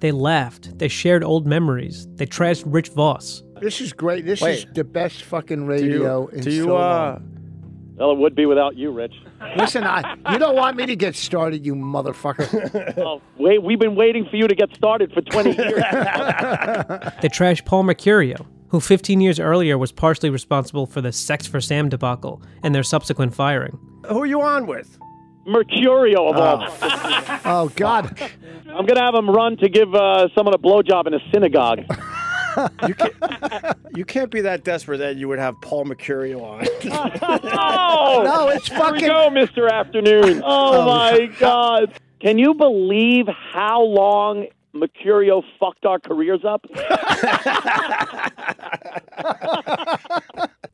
Speaker 1: They laughed. They shared old memories. They trashed Rich Voss.
Speaker 21: This is great. This is the best fucking
Speaker 1: you-
Speaker 21: radio in
Speaker 1: do you,
Speaker 21: so
Speaker 1: uh,
Speaker 21: long.
Speaker 11: Well, it would be without you, Rich.
Speaker 21: Listen, I, you don't want me to get started, you motherfucker.
Speaker 11: oh, wait, we've been waiting for you to get started for 20 years.
Speaker 1: They trashed Paul Mercurio, who 15 years earlier was partially responsible for the Sex for Sam debacle and their subsequent firing.
Speaker 4: uh, Who are you on with?
Speaker 11: Mercurio of all.
Speaker 21: oh God!
Speaker 11: I'm gonna have him run to give uh, someone a blowjob in a synagogue.
Speaker 4: You can't be that desperate that you would have Paul Mercurio on.
Speaker 11: oh,
Speaker 21: no, it's
Speaker 11: fucking. Here we go, Mr. Afternoon. Oh,
Speaker 4: Oh.
Speaker 11: my God! Can you believe how long Mercurio fucked our careers up?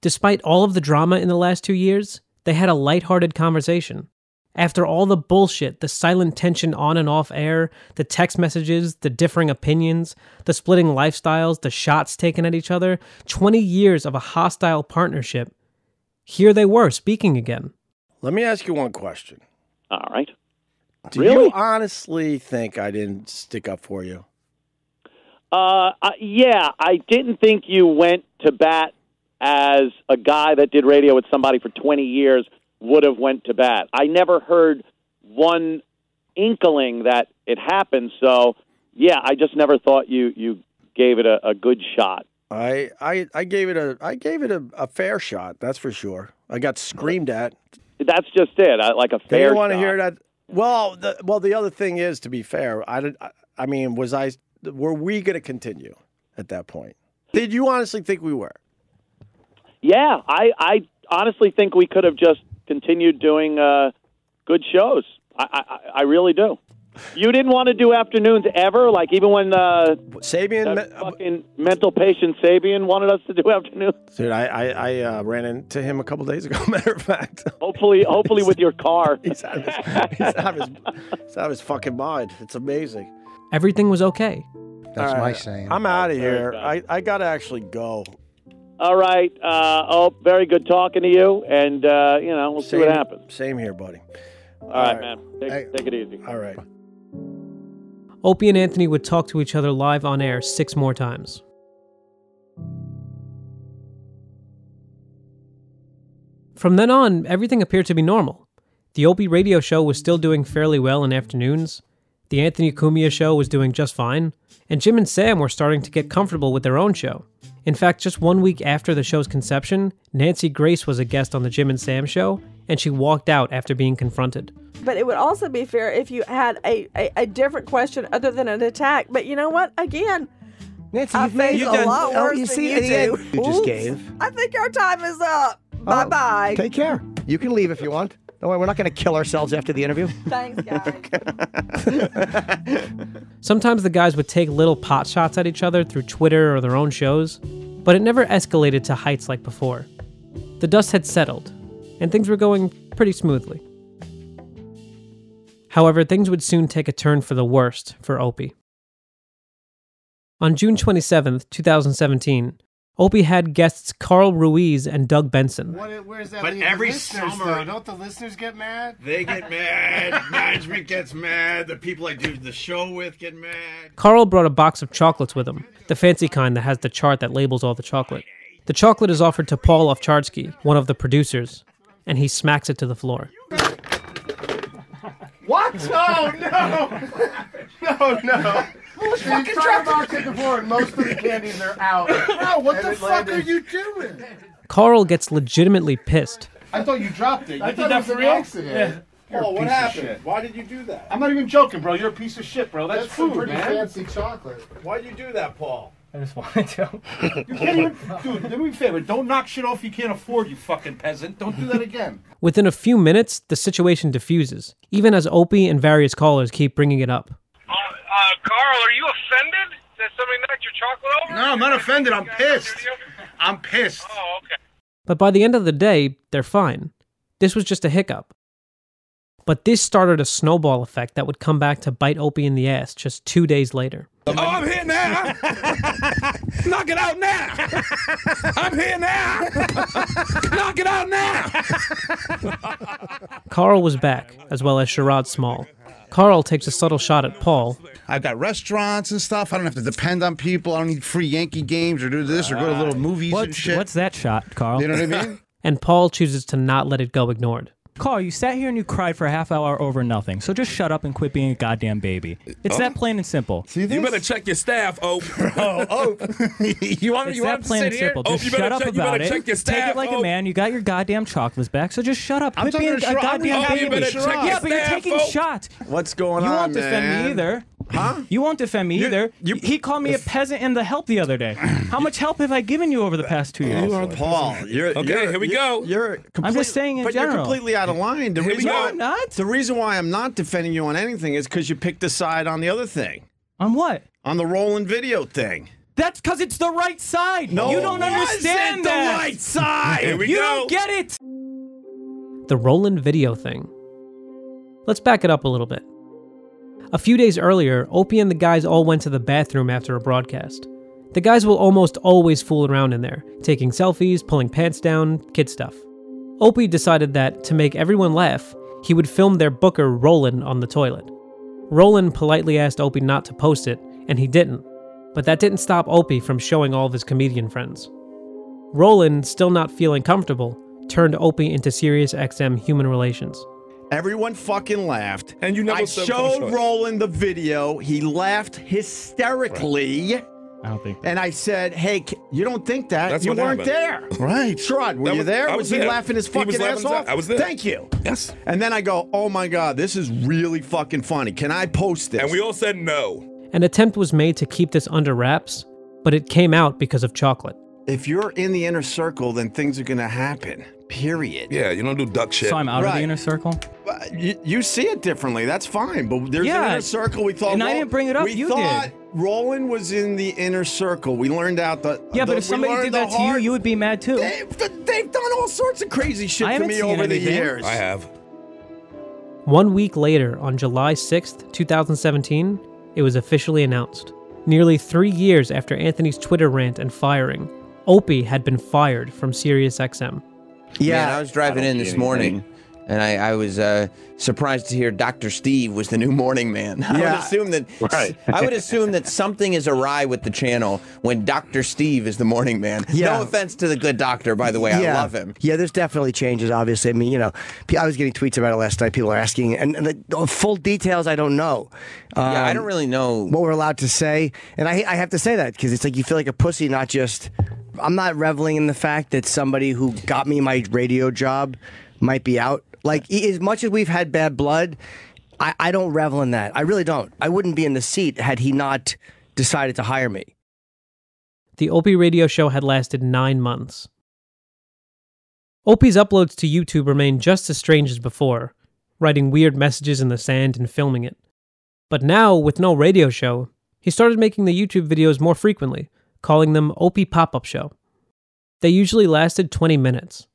Speaker 1: Despite all of the drama in the last two years, they had a lighthearted conversation. After all the bullshit, the silent tension on and off air, the text messages, the differing opinions, the splitting lifestyles, the shots taken at each other, 20 years of a hostile partnership, here they were speaking again.
Speaker 4: Let me ask you one question.
Speaker 11: All right.
Speaker 4: Do
Speaker 11: Really?
Speaker 4: you honestly think I didn't stick up for you?
Speaker 11: Uh, uh, yeah, I didn't think you went to bat as a guy that did radio with somebody for 20 years would have went to bat. I never heard one inkling that it happened. So, yeah, I just never thought you you gave it a, a good shot.
Speaker 4: I, I, I gave it a I gave it a, a fair shot. That's for sure. I got screamed at.
Speaker 11: That's just it. I, like a
Speaker 4: They
Speaker 11: fair.
Speaker 4: didn't want to
Speaker 11: shot.
Speaker 4: hear that. Well, the, well, the other thing is, to be fair, I did, I- I mean, was I? Were we going to continue at that point? Did you honestly think we were?
Speaker 11: Yeah, I, I honestly think we could have just continued doing uh, good shows. I, I, I really do. You didn't want to do afternoons ever, like even when uh,
Speaker 4: Sabian,
Speaker 11: fucking mental patient Sabian wanted us to do afternoons.
Speaker 4: Dude, I I, I uh, ran into him a couple days ago. Matter of fact,
Speaker 11: Hopefully, hopefully with your car.
Speaker 4: He's out of his, he's out of his, he's out of his fucking mind. It's amazing.
Speaker 1: Everything was okay.
Speaker 4: All right, I'm out of here. I, I gotta actually go.
Speaker 11: All right. Uh, oh, very good talking to you, and uh, you know we'll see what
Speaker 4: Same-
Speaker 11: happens.
Speaker 4: Same here, buddy.
Speaker 11: All right, man. Take, take it easy.
Speaker 4: All right.
Speaker 1: Opie and Anthony would talk to each other live on air six more times. From then on, everything appeared to be normal. The Opie radio show was still doing fairly well in afternoons, the Anthony Cumia show was doing just fine, and Jim and Sam were starting to get comfortable with their own show. In fact, just one week after the show's conception, Nancy Grace was a guest on the Jim and Sam show, and she walked out after being confronted.
Speaker 22: But it would also be fair if you had a, a, a different question other than an attack. But you know what? Again,
Speaker 21: Nancy,
Speaker 22: I
Speaker 21: you've made-
Speaker 22: face
Speaker 21: you've
Speaker 22: a
Speaker 21: done-
Speaker 22: lot
Speaker 21: oh,
Speaker 22: worse
Speaker 21: you
Speaker 22: than
Speaker 21: see,
Speaker 22: you
Speaker 21: in the
Speaker 22: do.
Speaker 21: end- You just
Speaker 22: Oops.
Speaker 21: gave.
Speaker 22: I think our time is up. Bye bye.
Speaker 8: Take care. You can leave if you want. Don't worry, we're not going to kill ourselves after the interview.
Speaker 22: Thanks, guys.
Speaker 1: Sometimes the guys would take little pot shots at each other through Twitter or their own shows, but it never escalated to heights like before. The dust had settled, and things were going pretty smoothly. However, things would soon take a turn for the worst for Opie. On June 27, 2017, Opie had guests Carl Ruiz and Doug Benson.
Speaker 17: What, where's that
Speaker 6: But
Speaker 17: leave
Speaker 6: every
Speaker 17: the listeners,
Speaker 6: summer-
Speaker 17: though? don't the listeners get mad?
Speaker 6: They get mad. Management gets mad. The people I do the show with get mad.
Speaker 1: Carl brought a box of chocolates with him, the fancy kind that has the chart that labels all the chocolate. The chocolate is offered to Paul Ofcharsky, one of the producers, and he smacks it to the floor.
Speaker 17: What? Oh no! no, no! Who's fucking
Speaker 6: fucking
Speaker 17: trying box at the floor? and Most of the candies are out.
Speaker 6: Bro, what
Speaker 17: And
Speaker 6: the
Speaker 17: it
Speaker 6: fuck
Speaker 17: landed-
Speaker 6: are you doing?
Speaker 1: Carl gets legitimately pissed.
Speaker 17: I thought you dropped it.
Speaker 6: I
Speaker 17: You
Speaker 6: did
Speaker 17: thought
Speaker 6: that
Speaker 17: it was
Speaker 6: for
Speaker 17: an
Speaker 6: real?
Speaker 17: accident.
Speaker 6: Yeah.
Speaker 17: You're
Speaker 6: Oh,
Speaker 17: a
Speaker 6: what
Speaker 17: piece of
Speaker 6: happened?
Speaker 17: shit.
Speaker 6: Why did you do that?
Speaker 17: I'm not even joking, bro. You're a piece of shit, bro. That's,
Speaker 6: That's some
Speaker 17: food,
Speaker 6: pretty
Speaker 17: man.
Speaker 6: fancy
Speaker 17: chocolate.
Speaker 6: Why'd you do that, Paul?
Speaker 17: I just wanted to.
Speaker 6: You can't even, dude. Do me a favor. Don't knock shit off you can't afford. You fucking peasant. Don't do that again.
Speaker 1: Within a few minutes, the situation diffuses, even as Opie and various callers keep bringing it up.
Speaker 23: Uh, Carl, are you offended that somebody knocked your chocolate over?
Speaker 6: No, I'm not offended. I'm pissed. I'm pissed.
Speaker 23: Oh, okay.
Speaker 1: But by the end of the day, they're fine. This was just a hiccup. But this started a snowball effect that would come back to bite Opie in the ass just two days later.
Speaker 17: Oh, I'm here now. Knock it out now. I'm here now. Knock it out now.
Speaker 1: Carl was back, as well as Sherrod Small. Carl takes a subtle shot at Paul,
Speaker 24: I've got restaurants and stuff. I don't have to depend on people. I don't need free Yankee games or do this or go to little movies and shit.
Speaker 5: What's that shot, Carl?
Speaker 24: You know what I mean?
Speaker 1: and Paul chooses to not let it go ignored.
Speaker 5: Carl, you sat here and you cried for a half hour over nothing. So just shut up and quit being a goddamn baby. It's
Speaker 17: Oh.
Speaker 5: that plain and simple. See
Speaker 17: You better check your staff, Ope. Oh, Ope. you want,
Speaker 5: it's
Speaker 17: Oh, you
Speaker 5: that
Speaker 17: want him to
Speaker 5: plain
Speaker 17: sit
Speaker 5: and
Speaker 17: here?
Speaker 5: simple.
Speaker 17: Ope,
Speaker 5: Just
Speaker 17: you
Speaker 5: shut
Speaker 17: better,
Speaker 5: up
Speaker 17: check, you
Speaker 5: about
Speaker 17: better
Speaker 5: it.
Speaker 17: check your
Speaker 5: Take
Speaker 17: staff,
Speaker 5: it like
Speaker 17: Ope.
Speaker 5: a man. You got your goddamn chocolates back, so just shut up.
Speaker 17: I'm
Speaker 5: Quit
Speaker 17: talking
Speaker 5: being a
Speaker 17: to Sherrod.
Speaker 5: goddamn
Speaker 17: Oh,
Speaker 5: baby.
Speaker 17: you better check your
Speaker 5: yeah, but you're
Speaker 17: staff, oh.
Speaker 5: taking
Speaker 17: Ope.
Speaker 5: shots.
Speaker 17: What's going
Speaker 5: You
Speaker 17: on,
Speaker 5: won't defend
Speaker 17: man?
Speaker 5: me either. Huh? You won't defend me either. he called me a peasant in the help the other day. How much help have I given you over the past two years?
Speaker 17: Paul. You're, okay, here we go. You're
Speaker 5: I'm just saying in
Speaker 6: but
Speaker 5: general.
Speaker 6: you're completely out of line. The
Speaker 5: Here we
Speaker 6: reason
Speaker 5: go.
Speaker 6: why,
Speaker 5: No, I'm not.
Speaker 6: The reason why I'm not defending you on anything is because you picked a side on the other thing.
Speaker 5: On what?
Speaker 6: On the rolling video thing.
Speaker 5: That's because it's the right side.
Speaker 6: No,
Speaker 5: you
Speaker 6: it
Speaker 5: don't
Speaker 6: wasn't
Speaker 5: understand
Speaker 6: the
Speaker 5: that.
Speaker 6: right side. Here we
Speaker 5: you
Speaker 6: go.
Speaker 5: don't get it.
Speaker 1: the Roland video thing. Let's back it up a little bit. A few days earlier, Opie and the guys all went to the bathroom after a broadcast. The guys will almost always fool around in there, taking selfies, pulling pants down, kid stuff. Opie decided that, to make everyone laugh, he would film their booker Roland on the toilet. Roland politely asked Opie not to post it, and he didn't. But that didn't stop Opie from showing all of his comedian friends. Roland, still not feeling comfortable, turned Opie into Sirius XM human relations.
Speaker 6: Everyone fucking laughed.
Speaker 17: And you never
Speaker 6: I
Speaker 17: said
Speaker 6: showed
Speaker 17: punchline.
Speaker 6: Roland the video. He laughed hysterically.
Speaker 5: I don't think.
Speaker 6: And I said, "Hey, K- you don't think that?
Speaker 17: That's
Speaker 6: you
Speaker 17: what
Speaker 6: weren't
Speaker 17: happened.
Speaker 6: there, right? Sherrod, were
Speaker 17: That
Speaker 6: you
Speaker 17: was-
Speaker 6: there?
Speaker 17: I
Speaker 6: was,
Speaker 17: was
Speaker 6: he
Speaker 17: there.
Speaker 6: laughing his
Speaker 17: He was
Speaker 6: fucking ass
Speaker 17: laughing his
Speaker 6: off?
Speaker 17: ass- I was there.
Speaker 6: Thank you.
Speaker 17: Yes.
Speaker 6: And then I go, "Oh my god, this is really fucking funny. Can I post this?"
Speaker 17: And we all said no.
Speaker 1: An attempt was made to keep this under wraps, but it came out because of chocolate.
Speaker 6: if you're in the inner circle, then things are gonna happen. Period.
Speaker 17: Yeah, you don't do duck shit.
Speaker 5: So I'm out of the
Speaker 6: Right.
Speaker 5: inner circle.
Speaker 6: But Uh, You, you see it differently. That's fine. But there's
Speaker 5: Yeah,
Speaker 6: an inner circle. We thought,
Speaker 5: and I
Speaker 6: Ro-
Speaker 5: didn't bring it up,
Speaker 6: We
Speaker 5: you
Speaker 6: thought
Speaker 5: did.
Speaker 6: Roland was in the inner circle. We learned out the
Speaker 5: Yeah,
Speaker 6: the-
Speaker 5: but if
Speaker 6: we
Speaker 5: somebody
Speaker 6: learned
Speaker 5: did
Speaker 6: the
Speaker 5: that to you,
Speaker 6: hard-
Speaker 5: you would be mad too.
Speaker 6: They've, they've done all sorts of crazy shit
Speaker 5: I
Speaker 6: to
Speaker 5: haven't
Speaker 6: me
Speaker 5: seen
Speaker 6: over the
Speaker 5: anything.
Speaker 6: years.
Speaker 17: I have.
Speaker 1: One week later, on July 6th, 2017, it was officially announced. Nearly three years after Anthony's Twitter rant and firing, Opie had been fired from SiriusXM.
Speaker 17: Yeah.
Speaker 18: Man, I was driving in this morning, and I, I was uh, surprised to hear Dr. Steve was the new morning man. I would
Speaker 17: Yeah.
Speaker 18: assume that
Speaker 17: Right.
Speaker 18: I would assume that something is awry with the channel when Dr. Steve is the morning man.
Speaker 8: Yeah.
Speaker 18: No offense to the good doctor, by the way. I love him.
Speaker 8: Yeah, there's definitely changes. Obviously, I mean, you know, p- I was getting tweets about it last night. People are asking, and, and the- the full details I don't know.
Speaker 18: Yeah, I
Speaker 8: Um,
Speaker 18: don't really know.
Speaker 8: what we're allowed to say, and I I have to say that because it's like you feel like a pussy, not just. I'm not reveling in the fact that somebody who got me my radio job might be out. Like e- as much as we've had bad blood, I, I don't revel in that. I really don't. I wouldn't be in the seat had he not decided to hire me.
Speaker 1: The Opie radio show had lasted nine months. Opie's uploads to YouTube remained just as strange as before, writing weird messages in the sand and filming it. But now, with no radio show, he started making the YouTube videos more frequently, calling them Opie Pop Up Show. They usually lasted 20 minutes.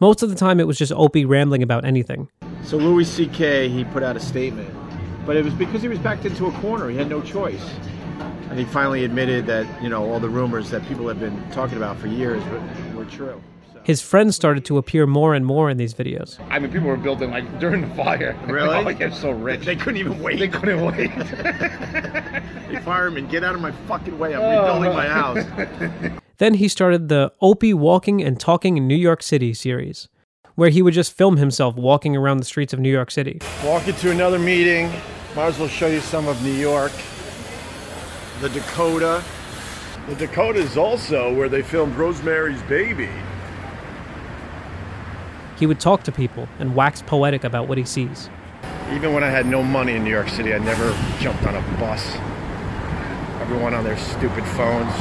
Speaker 1: Most of the time, it was just Opie rambling about anything.
Speaker 4: So Louis C.K. he put out a statement, but it was because he was backed into a corner. He had no choice, and he finally admitted that you know all the rumors that people have been talking about for years were, were true.
Speaker 1: His friends started to appear more and more in these videos.
Speaker 4: I mean, people were building like during the fire. Really? oh, you're so rich. They couldn't even wait. They couldn't wait. hey, fireman, get out of my fucking way! I'm rebuilding my house.
Speaker 1: Then he started the Opie Walking and Talking in New York City series, where he would just film himself walking around the streets of New York City.
Speaker 4: Walk into another meeting. Might as well show you some of New York. The Dakota. The Dakota is also where they filmed Rosemary's Baby.
Speaker 1: He would talk to people and wax poetic about what he sees.
Speaker 4: Even when I had no money in New York City, I never jumped on a bus. Everyone on their stupid phones.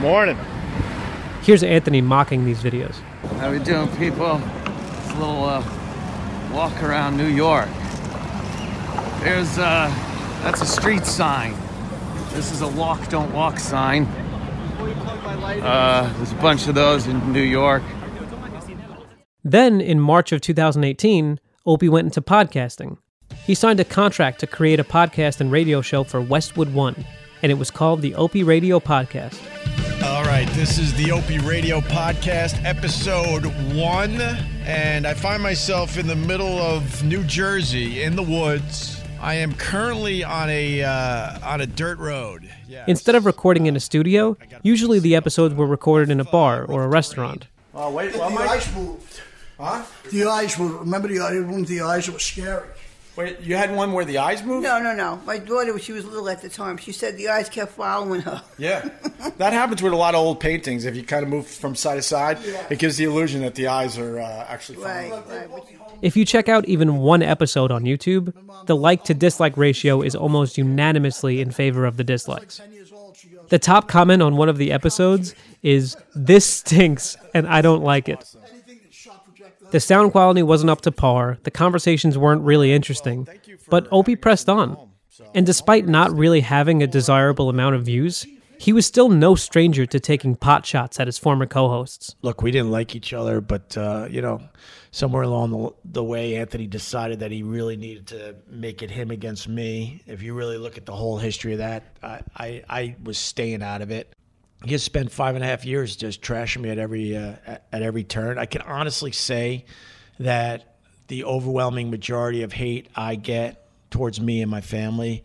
Speaker 4: Morning.
Speaker 1: Here's Anthony mocking these videos.
Speaker 11: How we doing, people? It's a little uh, walk around New York. There's uh, that's a street sign. This is a walk, don't walk sign.
Speaker 13: Uh, there's a bunch of those in New York.
Speaker 1: Then, in March of 2018, Opie went into podcasting. He signed a contract to create a podcast and radio show for Westwood One, and it was called the Opie Radio Podcast.
Speaker 6: All right, this is the Opie Radio Podcast, episode one. And I find myself in the middle of New Jersey in the woods. I am currently on a uh, on a dirt road.
Speaker 1: Instead of recording in a studio, usually the episodes were recorded in a bar or a restaurant.
Speaker 25: Oh, wait, the ice moved. Huh? The eyes moved. Remember the eyes moved? The eyes were scary.
Speaker 6: Wait, you had one where the eyes moved?
Speaker 17: No, no, no. My daughter, she was little at the time. She said the eyes kept following her.
Speaker 6: Yeah, that happens with a lot of old paintings. If you kind of move from side to side, it gives the illusion that the eyes are uh, actually.
Speaker 17: Right, right.
Speaker 1: If you check out even one episode on YouTube, the like to dislike ratio is almost unanimously in favor of the dislikes. The top comment on one of the episodes is, This stinks and I don't like it. The sound quality wasn't up to par, the conversations weren't really interesting, but Opie pressed on. And despite not really having a desirable amount of views, he was still no stranger to taking pot shots at his former co hosts.
Speaker 4: Look, we didn't like each other, but uh, you know, somewhere along the, the way, Anthony decided that he really needed to make it him against me. If you really look at the whole history of that, I I, I was staying out of it. He has spent five and a half years just trashing me at every uh, at, at every turn. I can honestly say that the overwhelming majority of hate I get towards me and my family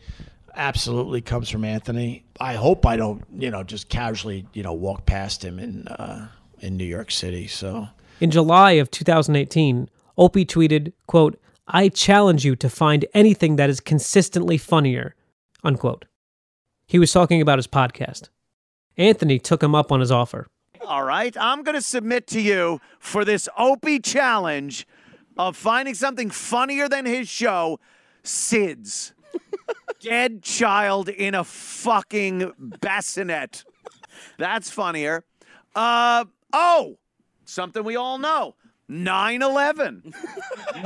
Speaker 4: absolutely comes from Anthony. I hope I don't, you know, just casually, you know, walk past him in uh, in New York City. So
Speaker 1: In July of 2018, Opie tweeted, quote, I challenge you to find anything that is consistently funnier, unquote. He was talking about his podcast. Anthony took him up on his offer.
Speaker 11: All right, I'm going to submit to you for this Opie challenge of finding something funnier than his show, SIDS. Dead child in a fucking bassinet. That's funnier. Uh, oh, something we all know 9 11.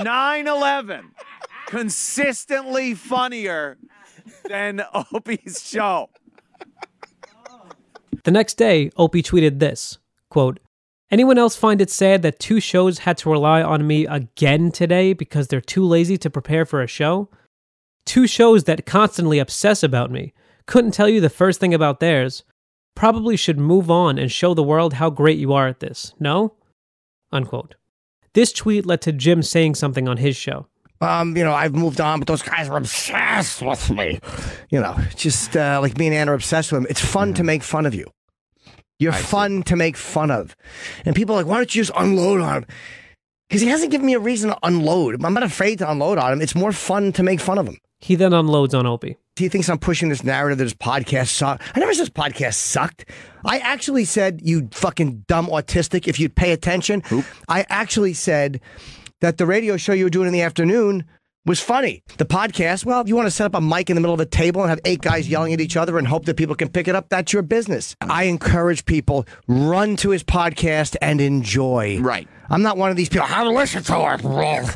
Speaker 11: 9 11. Consistently funnier than Opie's show.
Speaker 1: The next day, Opie tweeted this quote, Anyone else find it sad that two shows had to rely on me again today because they're too lazy to prepare for a show? Two shows that constantly obsess about me. Couldn't tell you the first thing about theirs. Probably should move on and show the world how great you are at this, no? Unquote. This tweet led to Jim saying something on his show.
Speaker 8: Um, you know, I've moved on, but those guys are obsessed with me. You know, just uh, like me and Ann are obsessed with him. It's fun to make fun of you. You're fun to make fun of. And people are like, why don't you just unload on him? Because he hasn't given me a reason to unload. I'm not afraid to unload on him. It's more fun to make fun of him.
Speaker 1: He then unloads on Opie.
Speaker 8: He thinks I'm pushing this narrative that his podcast sucked. I never said his podcast sucked. I actually said, you fucking dumb autistic, if you'd pay attention. I actually said that the radio show you were doing in the afternoon was funny. The podcast, well, if you want to set up a mic in the middle of a table and have eight guys yelling at each other and hope that people can pick it up, that's your business. I encourage people run to his podcast and enjoy. Right. I'm not one of these people. I don't listen to it.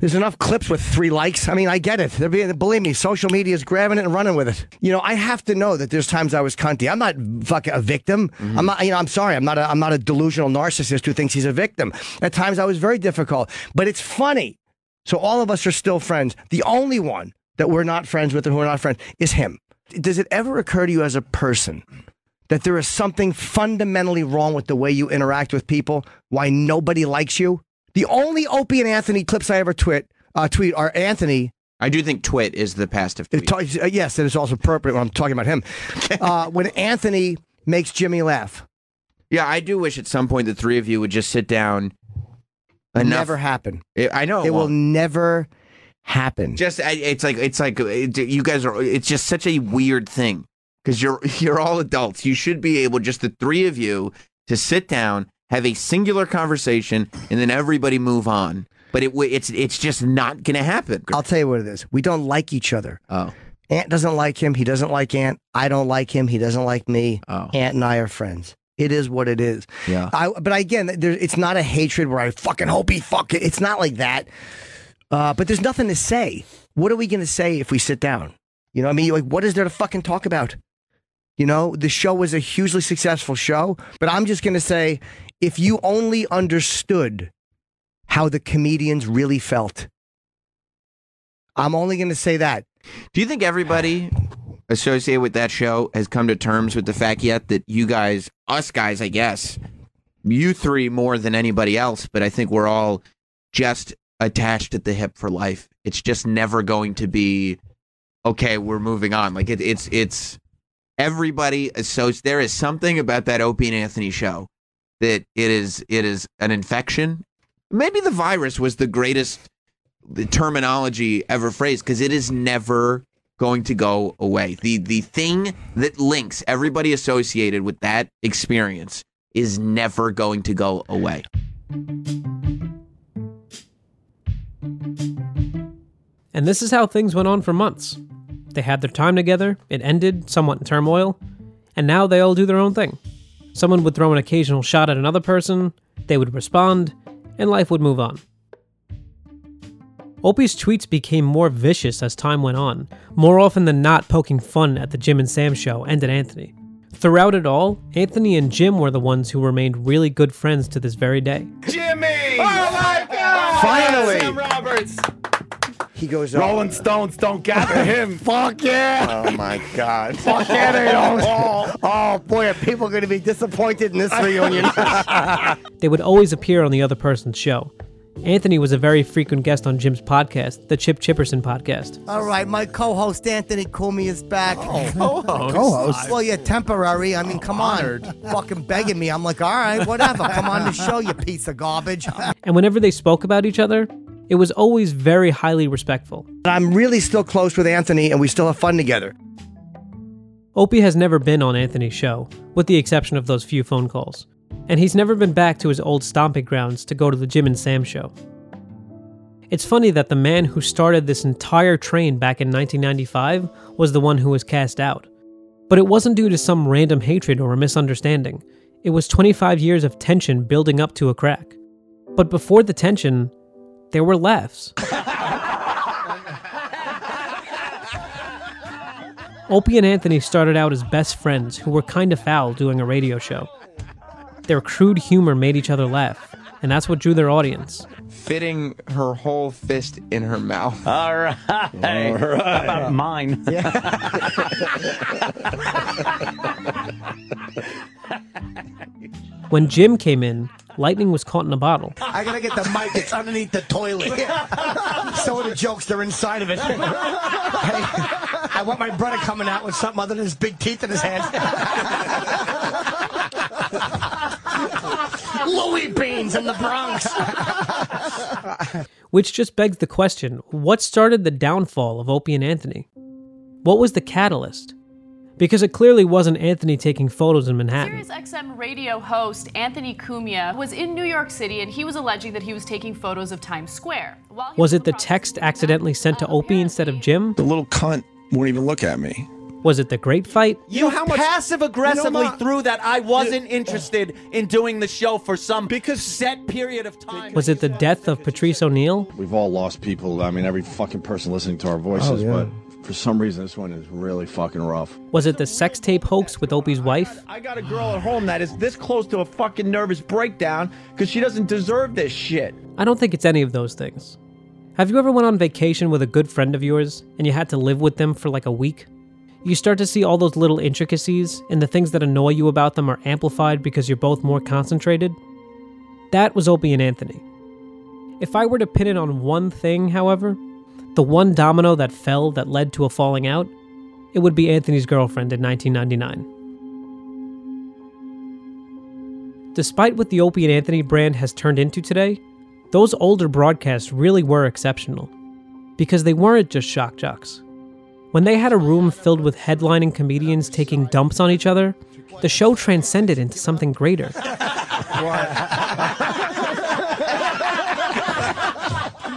Speaker 8: There's enough clips with three likes. I mean, I get it. They're being, believe me, social media is grabbing it and running with it. You know, I have to know that there's times I was cunty. I'm not fucking a victim. I'm not. You know, I'm sorry. I'm not. A, I'm not a delusional narcissist who thinks he's a victim. At times I was very difficult, but it's funny. So all of us are still friends. The only one that we're not friends with and who are not friends is him. Does it ever occur to you as a person that there is something fundamentally wrong with the way you interact with people? Why nobody likes you? The only Opie and Anthony clips I ever tweet uh, tweet are Anthony
Speaker 18: I do think twit is the past of tweet.
Speaker 8: It ta- uh, yes, it is also appropriate when I'm talking about him. Uh, when Anthony makes Jimmy laugh,
Speaker 18: Yeah, I do wish at some point the three of you would just sit down. Enough.
Speaker 8: never happen.
Speaker 18: It- I know
Speaker 8: It will
Speaker 18: won't.
Speaker 8: never happen.
Speaker 18: Just I, it's like it's like it, you guys are. It's just such a weird thing because you're you're all adults. You should be able just the three of you to sit down, have a singular conversation, and then everybody move on. But it w- it's it's just not gonna happen.
Speaker 8: I'll tell you what it is. We don't like each other.
Speaker 18: Oh.
Speaker 8: Ant doesn't like him. He doesn't like Ant. I don't like him. He doesn't like me. Oh. Ant and I are friends. It is what it is.
Speaker 18: Yeah.
Speaker 8: I, but again, there, it's not a hatred where I fucking hope he fucking. It's not like that. Uh, but there's nothing to say. What are we going to say if we sit down? You know what I mean? Like, what is there to fucking talk about? You know, the show was a hugely successful show, but I'm just going to say if you only understood how the comedians really felt, I'm only going to say that.
Speaker 18: Do you think everybody associated with that show has come to terms with the fact yet that you guys, us guys, I guess, you three more than anybody else, but I think we're all just attached at the hip for life. It's just never going to be okay. We're moving on. Like it, it's it's everybody associates. There is something about that Opie and Anthony show that it is it is an infection. Maybe the virus was the greatest the terminology ever phrased because it is never going to go away. The the thing that links everybody associated with that experience is never going to go away.
Speaker 1: And this is how things went on for months. They had their time together, it ended somewhat in turmoil, and now they all do their own thing. Someone would throw an occasional shot at another person, they would respond, and life would move on. Opie's tweets became more vicious as time went on, more often than not poking fun at the Jim and Sam show and at Anthony. Throughout it all, Anthony and Jim were the ones who remained really good friends to this very day.
Speaker 2: Jimmy! Oh my God!
Speaker 8: Finally!
Speaker 2: Sam Roberts.
Speaker 8: He goes "Oh, on.
Speaker 2: Rolling Stones don't gather him.
Speaker 21: Fuck yeah!
Speaker 18: Oh my God.
Speaker 21: Fuck yeah, they don't.
Speaker 8: oh, oh, boy, are people going to be disappointed in this reunion?
Speaker 1: They would always appear on the other person's show. Anthony was a very frequent guest on Jim's podcast, the Chip Chipperson podcast.
Speaker 8: All right, my co-host Anthony Kumi is back.
Speaker 21: Oh, co-host. Co-host.
Speaker 8: Well, yeah, temporary. I mean, come on, fucking begging me. I'm like, all right, whatever. Come on the show, you piece of garbage.
Speaker 1: And whenever they spoke about each other, it was always very highly respectful.
Speaker 8: I'm really still close with Anthony, and we still have fun together.
Speaker 1: Opie has never been on Anthony's show, with the exception of those few phone calls. And he's never been back to his old stomping grounds to go to the Jim and Sam show. It's funny that the man who started this entire train back in 1995 was the one who was cast out. But it wasn't due to some random hatred or a misunderstanding. It was 25 years of tension building up to a crack. But before the tension, there were laughs. Opie and Anthony started out as best friends who were kind of foul doing a radio show. Their crude humor made each other laugh, and that's what drew their audience.
Speaker 18: Fitting her whole fist in her mouth.
Speaker 7: All right. How about mine?
Speaker 1: When Jim came in, lightning was caught in a bottle.
Speaker 21: I gotta get the mic. It's underneath the toilet. Some of the jokes they're inside of it. Hey, I want my brother coming out with something other than his big teeth in his head. Louis beans in the Bronx.
Speaker 1: Which just begs the question what started the downfall of Opie and Anthony? What was the catalyst? Because it clearly wasn't Anthony taking photos in Manhattan.
Speaker 16: SiriusXM radio host Anthony Cumia was in New York City and he was alleging that he was taking photos of Times Square. While he
Speaker 1: Was it the text accidentally sent
Speaker 16: um,
Speaker 1: to Opie instead of Jim?
Speaker 26: The little cunt won't even look at me.
Speaker 1: Was it the great fight?
Speaker 7: You passive aggressively
Speaker 26: You know, Ma-
Speaker 7: threw that I wasn't interested in doing the show for some because set period of time.
Speaker 1: Was it the death of Patrice O'Neill?
Speaker 26: We've all lost people. I mean, every fucking person listening to our voices,
Speaker 1: yeah.
Speaker 26: but for some reason, this one is really fucking rough.
Speaker 1: Was it the sex tape hoax with Opie's wife?
Speaker 26: I got a girl at home that is this close to a fucking nervous breakdown because she doesn't deserve this shit.
Speaker 1: I don't think it's any of those things. Have you ever went on vacation with a good friend of yours and you had to live with them for like a week? You start to see all those little intricacies and the things that annoy you about them are amplified because you're both more concentrated? That was Opie and Anthony. If I were to pin it on one thing, however, the one domino that fell that led to a falling out, it would be Anthony's girlfriend in 1999. Despite what the Opie and Anthony brand has turned into today, those older broadcasts really were exceptional. Because they weren't just shock jocks. When they had a room filled with headlining comedians taking dumps on each other, the show transcended into something greater.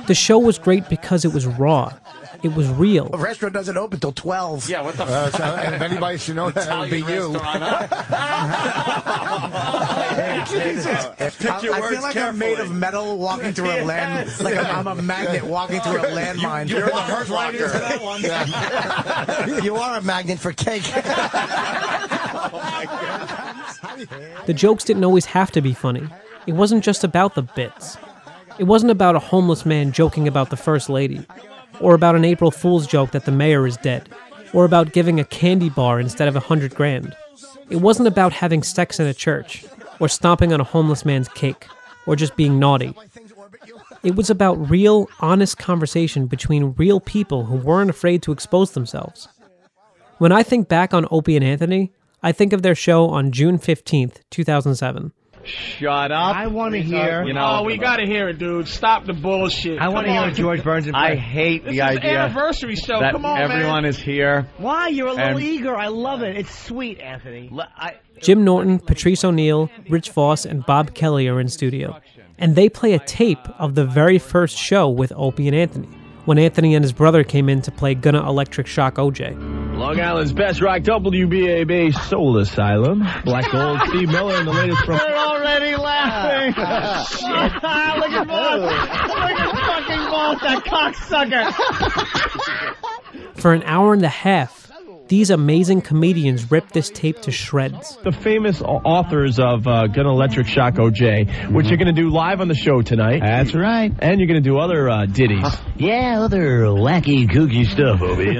Speaker 1: The show was great because it was raw. It was real.
Speaker 22: The restaurant doesn't open till 12. Yeah, what
Speaker 1: the
Speaker 22: so if anybody should know, that would be you.
Speaker 27: Pick
Speaker 22: I,
Speaker 27: your
Speaker 22: I
Speaker 27: words
Speaker 22: feel like I'm made of metal walking through a land,
Speaker 27: Yes.
Speaker 22: like I'm, I'm a magnet walking through a landmine.
Speaker 27: you're the Hurt Locker.
Speaker 22: Yeah. you are a magnet for cake.
Speaker 1: The jokes didn't always have to be funny. It wasn't just about the bits. It wasn't about a homeless man joking about the First Lady, or about an April Fool's joke that the mayor is dead, or about giving a candy bar instead of a hundred grand. It wasn't about having sex in a church, or stomping on a homeless man's cake, or just being naughty. It was about real, honest conversation between real people who weren't afraid to expose themselves. When I think back on Opie and Anthony, I think of their show on June 15th, 2007.
Speaker 11: Shut up. I want to hear.
Speaker 1: You
Speaker 11: know,
Speaker 17: oh, we got to hear it, dude. Stop the bullshit.
Speaker 11: I wanna
Speaker 17: Come
Speaker 11: hear
Speaker 17: on.
Speaker 11: George Burns and I Brett. hate
Speaker 17: this
Speaker 11: the
Speaker 17: is
Speaker 11: idea
Speaker 17: An anniversary show.
Speaker 11: that
Speaker 17: Come on,
Speaker 11: everyone
Speaker 17: man.
Speaker 11: is here.
Speaker 17: Why? You're
Speaker 11: a little And-
Speaker 17: eager. I love it. It's sweet, Anthony.
Speaker 1: Jim Norton, Patrice O'Neill, Rich Voss, and Bob Kelly are in studio, and they play a tape of the very first show with Opie and Anthony, when Anthony and his brother came in to play Gunna Electric Shock OJ.
Speaker 19: Long Island's best rock WBAB Soul Asylum. Black Gold, Steve Miller, and the latest from.
Speaker 11: They're already laughing. Look at Boss. Look at fucking Boss, that cocksucker.
Speaker 1: For an hour and a half, these amazing comedians ripped this tape to shreds.
Speaker 19: The famous au- authors of uh, Gun Electric Shock OJ, which you're going to do live on the show tonight. That's right. And you're going to do other uh, ditties.
Speaker 8: Yeah, other wacky, kooky stuff over
Speaker 19: We're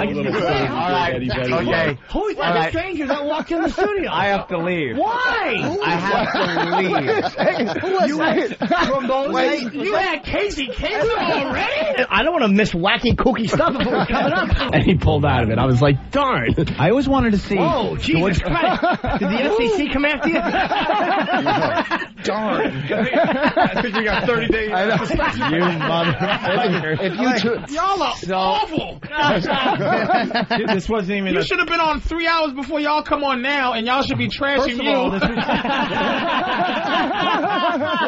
Speaker 19: a little
Speaker 11: All right. Okay.
Speaker 8: Who's
Speaker 11: All
Speaker 8: that
Speaker 11: right.
Speaker 8: stranger that walked in the studio?
Speaker 11: I have to leave.
Speaker 8: Why?
Speaker 11: I have to leave.
Speaker 8: Who was
Speaker 11: You
Speaker 8: that?
Speaker 11: Trombone?
Speaker 8: Wait, you had Casey Kasem already?
Speaker 19: I don't want to miss wacky, kooky
Speaker 8: stuff before it's coming up.
Speaker 19: And he pulled out of it. I was like, darn. I always wanted to see.
Speaker 8: Oh, Jesus Christ. Did the FCC come after you?
Speaker 19: Darn.
Speaker 8: I think we got 30 days. I know.
Speaker 19: You motherfucker.
Speaker 8: If you two-
Speaker 17: Y'all are
Speaker 8: So-
Speaker 17: awful.
Speaker 19: this wasn't even
Speaker 17: You
Speaker 19: a-
Speaker 17: should have been on three hours before y'all come on now, and y'all should be trashing
Speaker 19: First of
Speaker 17: you.
Speaker 19: all, this
Speaker 17: Who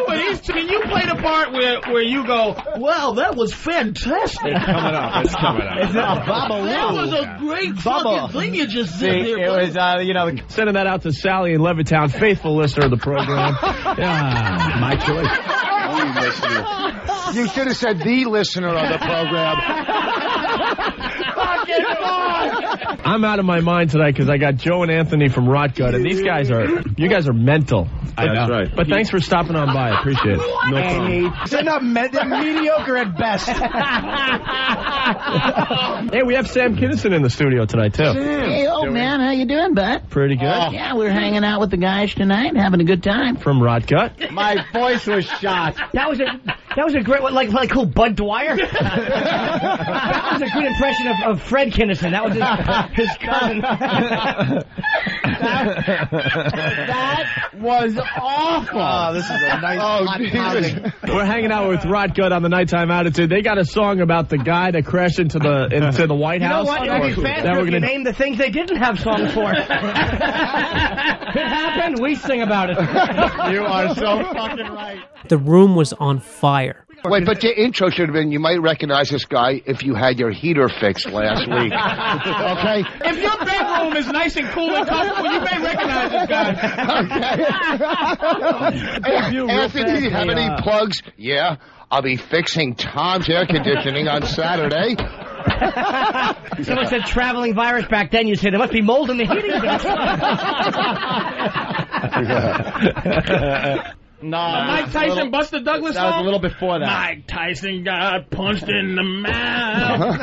Speaker 17: are these two? I mean, you play the part where, where you go, wow, that was fantastic.
Speaker 19: It's coming up. It's coming up. It's a Babaloo.
Speaker 17: That was a great
Speaker 19: Bubba.
Speaker 17: fucking thing you just
Speaker 19: See,
Speaker 17: did
Speaker 19: it
Speaker 17: there. buddy.
Speaker 19: was, uh, you know, sending that out to Sally in Levittown, faithful listener of the program. Yeah, my choice.
Speaker 27: You should have said the listener of the program.
Speaker 17: Fucking boss.
Speaker 19: I'm out of my mind tonight because I got Joe and Anthony from Rotgut, and these guys are, you guys are mental.
Speaker 21: I know.
Speaker 19: But thanks for stopping on by. I appreciate it. No problem.
Speaker 21: They're not med- they're mediocre at best.
Speaker 19: Hey, we have Sam Kinison in the studio tonight, too.
Speaker 21: Hey, old man, how you doing, bud?
Speaker 19: Pretty good.
Speaker 21: Yeah, we're hanging out with the guys tonight, having a good time.
Speaker 19: From Rotgut.
Speaker 8: My voice was shot. That was a that was a great one, like like who Bud Dwyer. that was a good impression of, of Fred Kinnison. That was his, his cousin. that, that was awful.
Speaker 21: Oh, this is a nice Oh, hot Jesus. topic.
Speaker 19: We're hanging out with Rod Good on the Nighttime Attitude. They got a song about the guy that crashed into the into the White
Speaker 8: You know
Speaker 19: House.
Speaker 8: what? It'd be
Speaker 19: That
Speaker 8: faster
Speaker 19: we're
Speaker 8: if you
Speaker 19: gonna-
Speaker 8: named the things they didn't have songs for. it happened. We sing about it.
Speaker 21: You are so
Speaker 8: fucking right.
Speaker 1: The room was on fire.
Speaker 21: Wait, but your intro should have been you might recognize this guy if you had your heater fixed last week. okay?
Speaker 17: If your bedroom is nice and cool and comfortable, you may recognize this guy.
Speaker 21: Anthony, do you have
Speaker 19: uh,
Speaker 21: any plugs? Yeah, I'll be fixing Tom's air conditioning on Saturday.
Speaker 8: Someone said traveling virus back then. You said there must be mold in the heating.
Speaker 21: no,
Speaker 17: Mike Tyson, Buster Douglas.
Speaker 21: that was a
Speaker 17: song?
Speaker 21: little before that.
Speaker 17: Mike Tyson got punched in the mouth,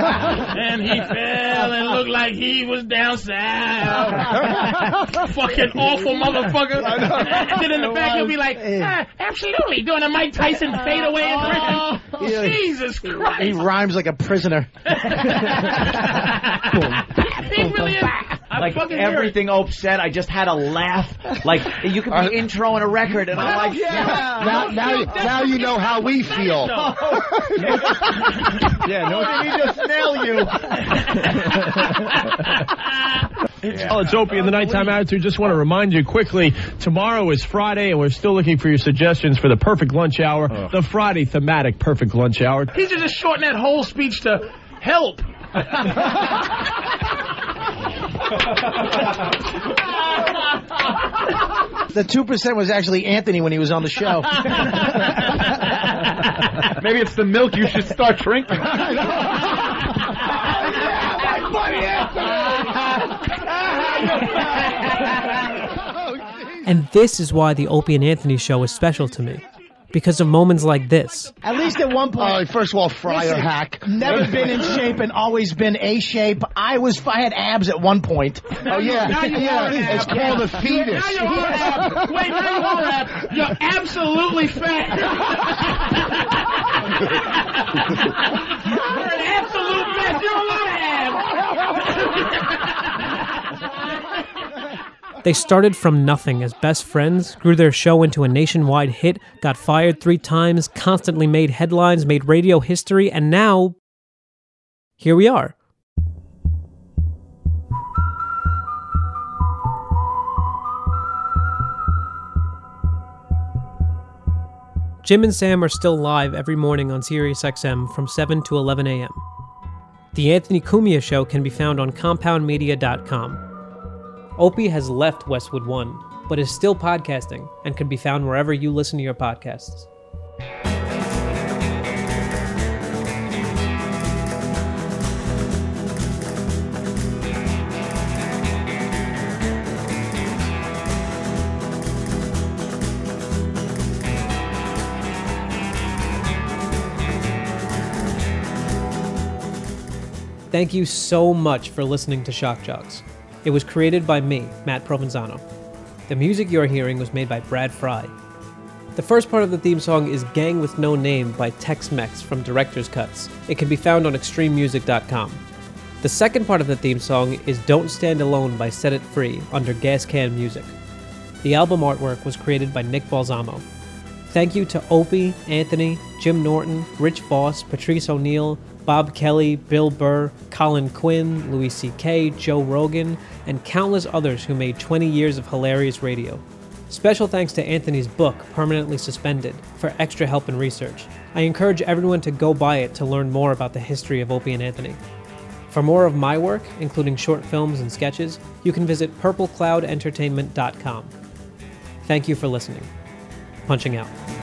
Speaker 17: and he fell and looked like he was down south. Fucking awful motherfucker. And then in the back, he'll be like, ah, absolutely, doing a Mike Tyson fadeaway impression. Jesus Christ.
Speaker 21: He rhymes like a prisoner.
Speaker 17: He really is. I
Speaker 11: like
Speaker 17: fucking hear it.
Speaker 11: everything Ope said, I just had a laugh. Like you could be introing a record, and I'm like,
Speaker 21: Now, now, you- now you know how we feel.
Speaker 11: yeah, no,
Speaker 21: Did he just nail you?
Speaker 19: Oh, it's Opie in the Nighttime Attitude. Just want to remind you quickly, tomorrow is Friday, and we're still looking for your suggestions for the perfect lunch hour, the Friday thematic perfect lunch hour.
Speaker 17: He should just shorten that whole speech to Help!
Speaker 13: The two percent was actually Anthony when he was on the show.
Speaker 17: Maybe it's the milk you should start drinking.
Speaker 1: And this is why the Opie and Anthony show is special to me, because of moments like this.
Speaker 13: At least at one point.
Speaker 11: first of all,
Speaker 1: Fryer
Speaker 13: Listen,
Speaker 1: hack.
Speaker 13: Never been in shape and always been a shape. I was. I had abs at one point.
Speaker 11: Oh yeah,
Speaker 13: Now you
Speaker 11: yeah.
Speaker 13: are an
Speaker 11: It's
Speaker 13: ab.
Speaker 11: called a
Speaker 13: Yeah.
Speaker 11: fetus.
Speaker 17: Now you are ab. Wait, now you are ab. You're absolutely fat. You're an absolute mess. You're a lot of abs.
Speaker 1: They started from nothing as best friends, grew their show into a nationwide hit, got fired three times, constantly made headlines, made radio history, and now. Here we are. Jim and Sam are still live every morning on SiriusXM from 7 to 11 a.m. The Anthony Cumia Show can be found on compoundmedia.com. Opie has left Westwood One, but is still podcasting and can be found wherever you listen to your podcasts. Thank you so much for listening to Shock Jocks. It was created by me, Matt Provenzano. The music you're hearing was made by Brad Fry. The first part of the theme song is Gang with No Name by Tex Mex from Director's Cuts. It can be found on extrememusic.com. The second part of the theme song is Don't Stand Alone by Set It Free under Gas Can Music. The album artwork was created by Nick Balsamo. Thank you to Opie, Anthony, Jim Norton, Rich Voss, Patrice O'Neill, Bob Kelly, Bill Burr, Colin Quinn, Louis C.K., Joe Rogan, and countless others who made 20 years of hilarious radio. Special thanks to Anthony's book, Permanently Suspended, for extra help and research. I encourage everyone to go buy it to learn more about the history of Opie and Anthony. For more of my work, including short films and sketches, you can visit purplecloudentertainment.com. Thank you for listening. Punching out.